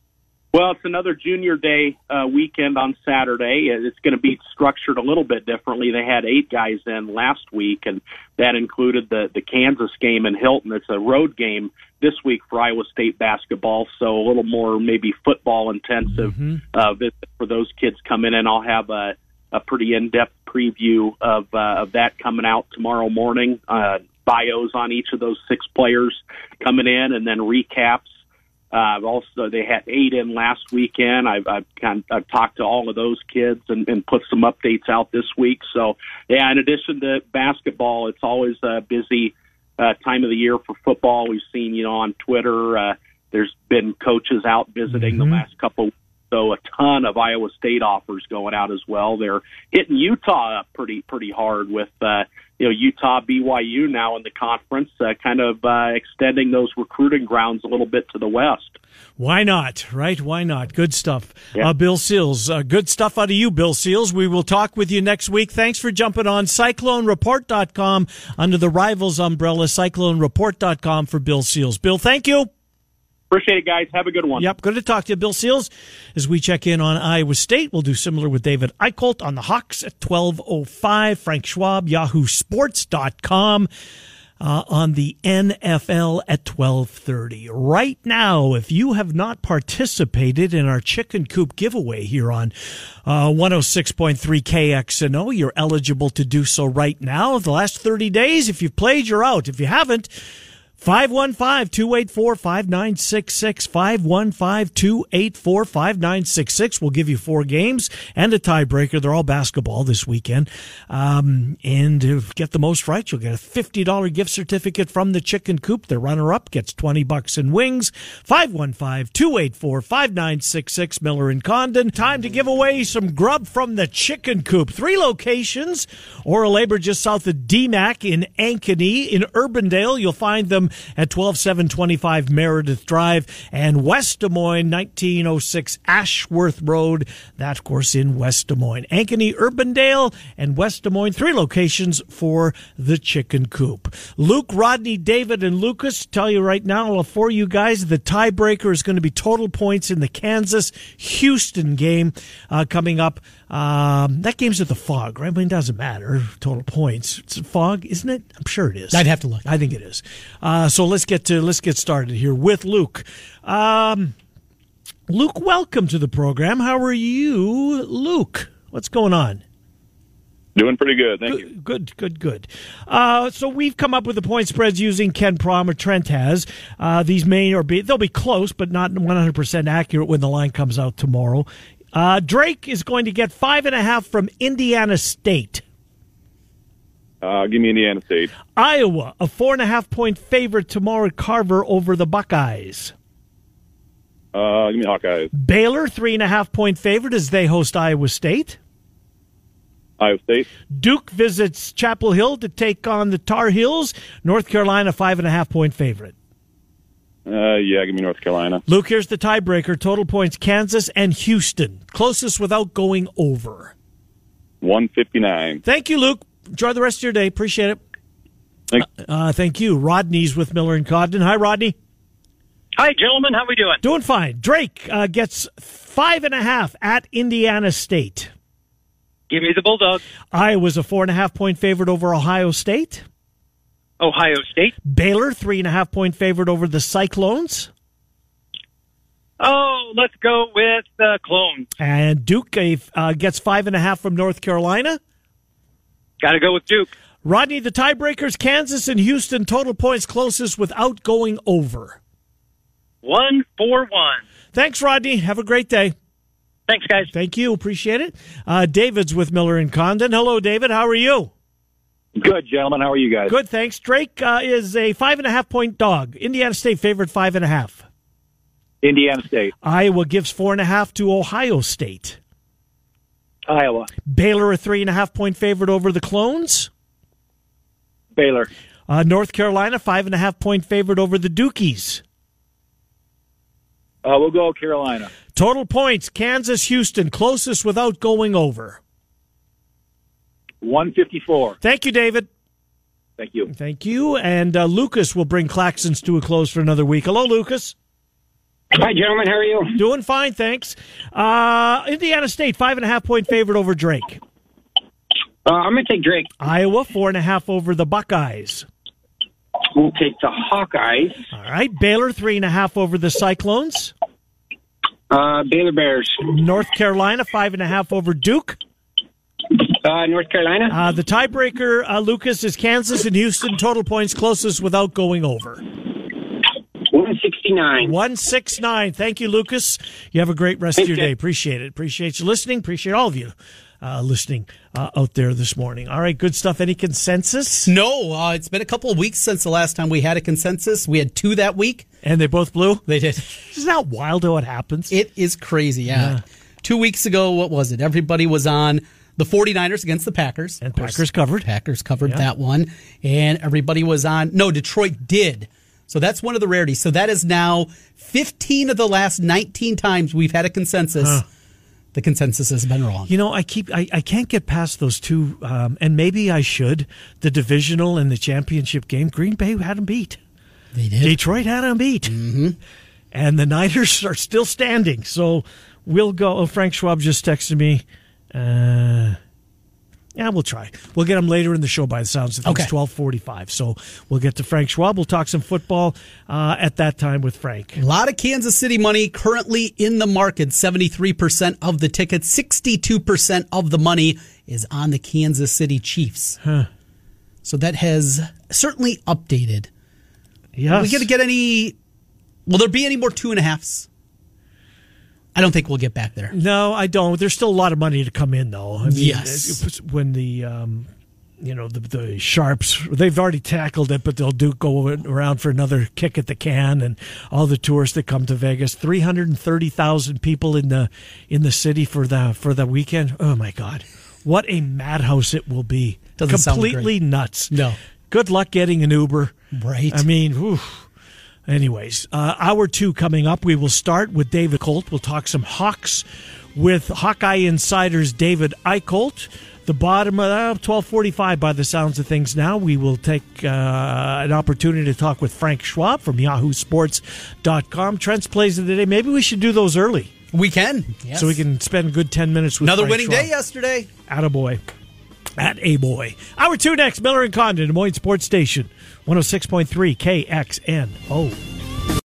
[SPEAKER 5] Well, it's another junior day uh, weekend on Saturday. and It's going to be structured a little bit differently. They had eight guys in last week, and that included the the Kansas game in Hilton. It's a road game this week for Iowa State basketball, so a little more maybe football intensive uh, visit for those kids coming in. I'll have a a pretty in depth preview of uh, of that coming out tomorrow morning. Uh, bios on each of those six players coming in, and then recaps. Uh, also, they had eight in last weekend. I've I've, kind I've talked to all of those kids and, and put some updates out this week. So yeah, in addition to basketball, it's always a busy uh, time of the year for football. We've seen you know on Twitter, uh, there's been coaches out visiting the last couple. So a ton of Iowa State offers going out as well. They're hitting Utah up pretty pretty hard with uh, you know Utah BYU now in the conference, uh, kind of uh, extending those recruiting grounds a little bit to the west.
[SPEAKER 2] Why not? Right? Why not? Good stuff. Uh, Bill Seals. Uh, good stuff out of you, Bill Seals. We will talk with you next week. Thanks for jumping on CycloneReport.com under the Rivals umbrella, CycloneReport.com for Bill Seals. Bill, thank you.
[SPEAKER 5] Appreciate it, guys. Have a good one.
[SPEAKER 2] Yep, good to talk to you, Bill Seals. As we check in on Iowa State, we'll do similar with David Eicholt oh on the Hawks at 12.05. Frank Schwab, yahoosports.com. uh, on the NFL at 12:30. Right now, if you have not participated in our chicken coop giveaway here on uh, 106.3 KXNO, you're eligible to do so right now. The last 30 days, if you've played, you're out. If you haven't, 515-284-5966 515-284-5966 will give you four games and a tiebreaker they're all basketball this weekend um, and if you get the most right you'll get a $50 gift certificate from the chicken coop the runner-up gets 20 bucks in wings 515-284-5966 miller and condon time to give away some grub from the chicken coop three locations oral labor just south of dmac in ankeny in urbandale you'll find them at 12725 Meredith Drive and West Des Moines, 1906 Ashworth Road. That, of course, in West Des Moines. Ankeny, Urbandale, and West Des Moines, three locations for the chicken coop. Luke, Rodney, David, and Lucas, tell you right now, for you guys, the tiebreaker is going to be total points in the Kansas Houston game uh, coming up. Um, that game's at the fog, right? I mean, it doesn't matter. Total points. It's fog, isn't it? I'm sure it is.
[SPEAKER 3] I'd have to look.
[SPEAKER 2] I think it is. Uh, so let's get to let's get started here with Luke. Um, Luke, welcome to the program. How are you, Luke? What's going on?
[SPEAKER 9] Doing pretty good, thank
[SPEAKER 2] good,
[SPEAKER 9] you.
[SPEAKER 2] Good, good, good. Uh, so we've come up with the point spreads using Ken Prom or Trent has. Uh, these may or be they'll be close, but not 100 percent accurate when the line comes out tomorrow. Uh, Drake is going to get five and a half from Indiana State.
[SPEAKER 9] Uh, give me Indiana State.
[SPEAKER 2] Iowa, a four and a half point favorite tomorrow at Carver over the Buckeyes.
[SPEAKER 9] Uh, give me Hawkeyes.
[SPEAKER 2] Baylor, three and a half point favorite as they host Iowa State.
[SPEAKER 9] Iowa State.
[SPEAKER 2] Duke visits Chapel Hill to take on the Tar Heels. North Carolina, five and a half point favorite.
[SPEAKER 9] Uh, yeah, give me North Carolina.
[SPEAKER 2] Luke, here's the tiebreaker. Total points Kansas and Houston. Closest without going over.
[SPEAKER 9] 159.
[SPEAKER 2] Thank you, Luke. Enjoy the rest of your day. Appreciate it.
[SPEAKER 9] Thank-
[SPEAKER 2] Uh, thank you. Rodney's with Miller and Codden. Hi, Rodney.
[SPEAKER 10] Hi, gentlemen. How we doing?
[SPEAKER 2] Doing fine. Drake uh, gets five and a half at Indiana State.
[SPEAKER 10] Give me the Bulldogs.
[SPEAKER 2] Iowa's a four and a half point favorite over Ohio State.
[SPEAKER 10] Ohio State.
[SPEAKER 2] Baylor, three and a half point favorite over the Cyclones.
[SPEAKER 10] Oh, let's go with the Clones.
[SPEAKER 2] And Duke uh, gets five and a half from North Carolina.
[SPEAKER 10] Got to go with Duke.
[SPEAKER 2] Rodney, the tiebreakers, Kansas and Houston, total points closest without going over.
[SPEAKER 10] One four one.
[SPEAKER 2] Thanks, Rodney. Have a great day.
[SPEAKER 10] Thanks, guys.
[SPEAKER 2] Thank you. Appreciate it. Uh, David's with Miller and Condon. Hello, David. How are you?
[SPEAKER 11] Good, gentlemen. How are you guys?
[SPEAKER 2] Good, thanks. Drake uh, is a five and a half point dog. Indiana State favored five and a half.
[SPEAKER 11] Indiana State,
[SPEAKER 2] Iowa gives four and a half to Ohio State.
[SPEAKER 11] Iowa,
[SPEAKER 2] Baylor a three and a half point favorite over the Clones.
[SPEAKER 11] Baylor,
[SPEAKER 2] Uh, North Carolina five and a half point favorite over the Dukies.
[SPEAKER 11] uh, we'll go Carolina,
[SPEAKER 2] Total points: Kansas, Houston, closest without going over.
[SPEAKER 11] 154.
[SPEAKER 2] Thank you, David.
[SPEAKER 11] Thank you.
[SPEAKER 2] Thank you, and uh, Lucas will bring Claxons to a close for another week. Hello, Lucas.
[SPEAKER 12] Hi, gentlemen. How are you?
[SPEAKER 2] Doing fine, thanks. Uh, Indiana State five and a half point favorite over Drake.
[SPEAKER 12] Uh, I'm going to take Drake.
[SPEAKER 2] Iowa four and a half over the Buckeyes.
[SPEAKER 12] We'll take the Hawkeyes.
[SPEAKER 2] All right, Baylor three and a half over the Cyclones.
[SPEAKER 12] Uh, Baylor Bears.
[SPEAKER 2] North Carolina five and a half over Duke.
[SPEAKER 12] Uh, North Carolina.
[SPEAKER 2] Uh, the tiebreaker, uh, Lucas, is Kansas and Houston. Total points closest without going over.
[SPEAKER 12] 169.
[SPEAKER 2] 169. Thank you, Lucas. You have a great rest of
[SPEAKER 12] Thanks,
[SPEAKER 2] your day.
[SPEAKER 12] Jay.
[SPEAKER 2] Appreciate it. Appreciate you listening. Appreciate all of you uh, listening uh, out there this morning. All right, good stuff. Any consensus?
[SPEAKER 3] No, uh, it's been a couple of weeks since the last time we had a consensus. We had two that week.
[SPEAKER 2] And they both blew?
[SPEAKER 3] They did.
[SPEAKER 2] Isn't that wild how it happens?
[SPEAKER 3] It is crazy. Yeah. Two weeks ago, what was it? Everybody was on the 49ers against the Packers.
[SPEAKER 2] and
[SPEAKER 3] Of course,
[SPEAKER 2] Packers covered.
[SPEAKER 3] Packers covered that one. And everybody was on. No, Detroit did. So that's one of the rarities. So that is now 15 of the last 19 times we've had a consensus. The consensus has been wrong.
[SPEAKER 2] You know, I keep I, I can't get past those two, um, and maybe I should. The divisional and the championship game, Green Bay had them beat.
[SPEAKER 3] They did. Mm-hmm.
[SPEAKER 2] Detroit had them beat, and the Niners [LAUGHS] are still standing. So we'll go. Oh, Frank Schwab just texted me. Uh, Yeah, we'll try. We'll get him later in the show by the sounds of things.
[SPEAKER 3] Okay.
[SPEAKER 2] Twelve forty-five. So we'll get to Frank Schwab. We'll talk some football uh, at that time with Frank.
[SPEAKER 3] A lot of Kansas City money currently in the market. 73% of the tickets, 62% of the money is on the Kansas City Chiefs. So that has certainly updated.
[SPEAKER 2] Yes.
[SPEAKER 3] Are we going to get any? Will there be any more two and a halfs? I don't think we'll get back there.
[SPEAKER 2] No, I don't. There's still a lot of money to come in, though. I mean,
[SPEAKER 3] Yes.
[SPEAKER 2] it- it- when the um, you know the, the sharps, they've already tackled it, but they'll do go around for another kick at the can, and all the tourists that come to Vegas. Three hundred and thirty thousand people in the in the city for the for the weekend. Oh my God, what a madhouse it will be!
[SPEAKER 3] Doesn't sound great.
[SPEAKER 2] Completely nuts.
[SPEAKER 3] No.
[SPEAKER 2] Good luck getting an Uber.
[SPEAKER 3] Right.
[SPEAKER 2] I mean, whew. anyways, uh, hour two coming up. We will start with David Colt. We'll talk some Hawks with Hawkeye Insider's David Eicholt. The bottom of uh, 1245 by the sounds of things now. We will take uh, an opportunity to talk with Frank Schwab from yahoosports.com. Trent's plays of the day. Maybe we should do those early.
[SPEAKER 3] We can.
[SPEAKER 2] So we can spend a good 10 minutes with
[SPEAKER 3] Another
[SPEAKER 2] Frank
[SPEAKER 3] winning
[SPEAKER 2] Schwab.
[SPEAKER 3] day yesterday.
[SPEAKER 2] Attaboy. At a boy. oh Hour two next, Miller and Condon, Des Moines Sports Station, 106.3 KXNO.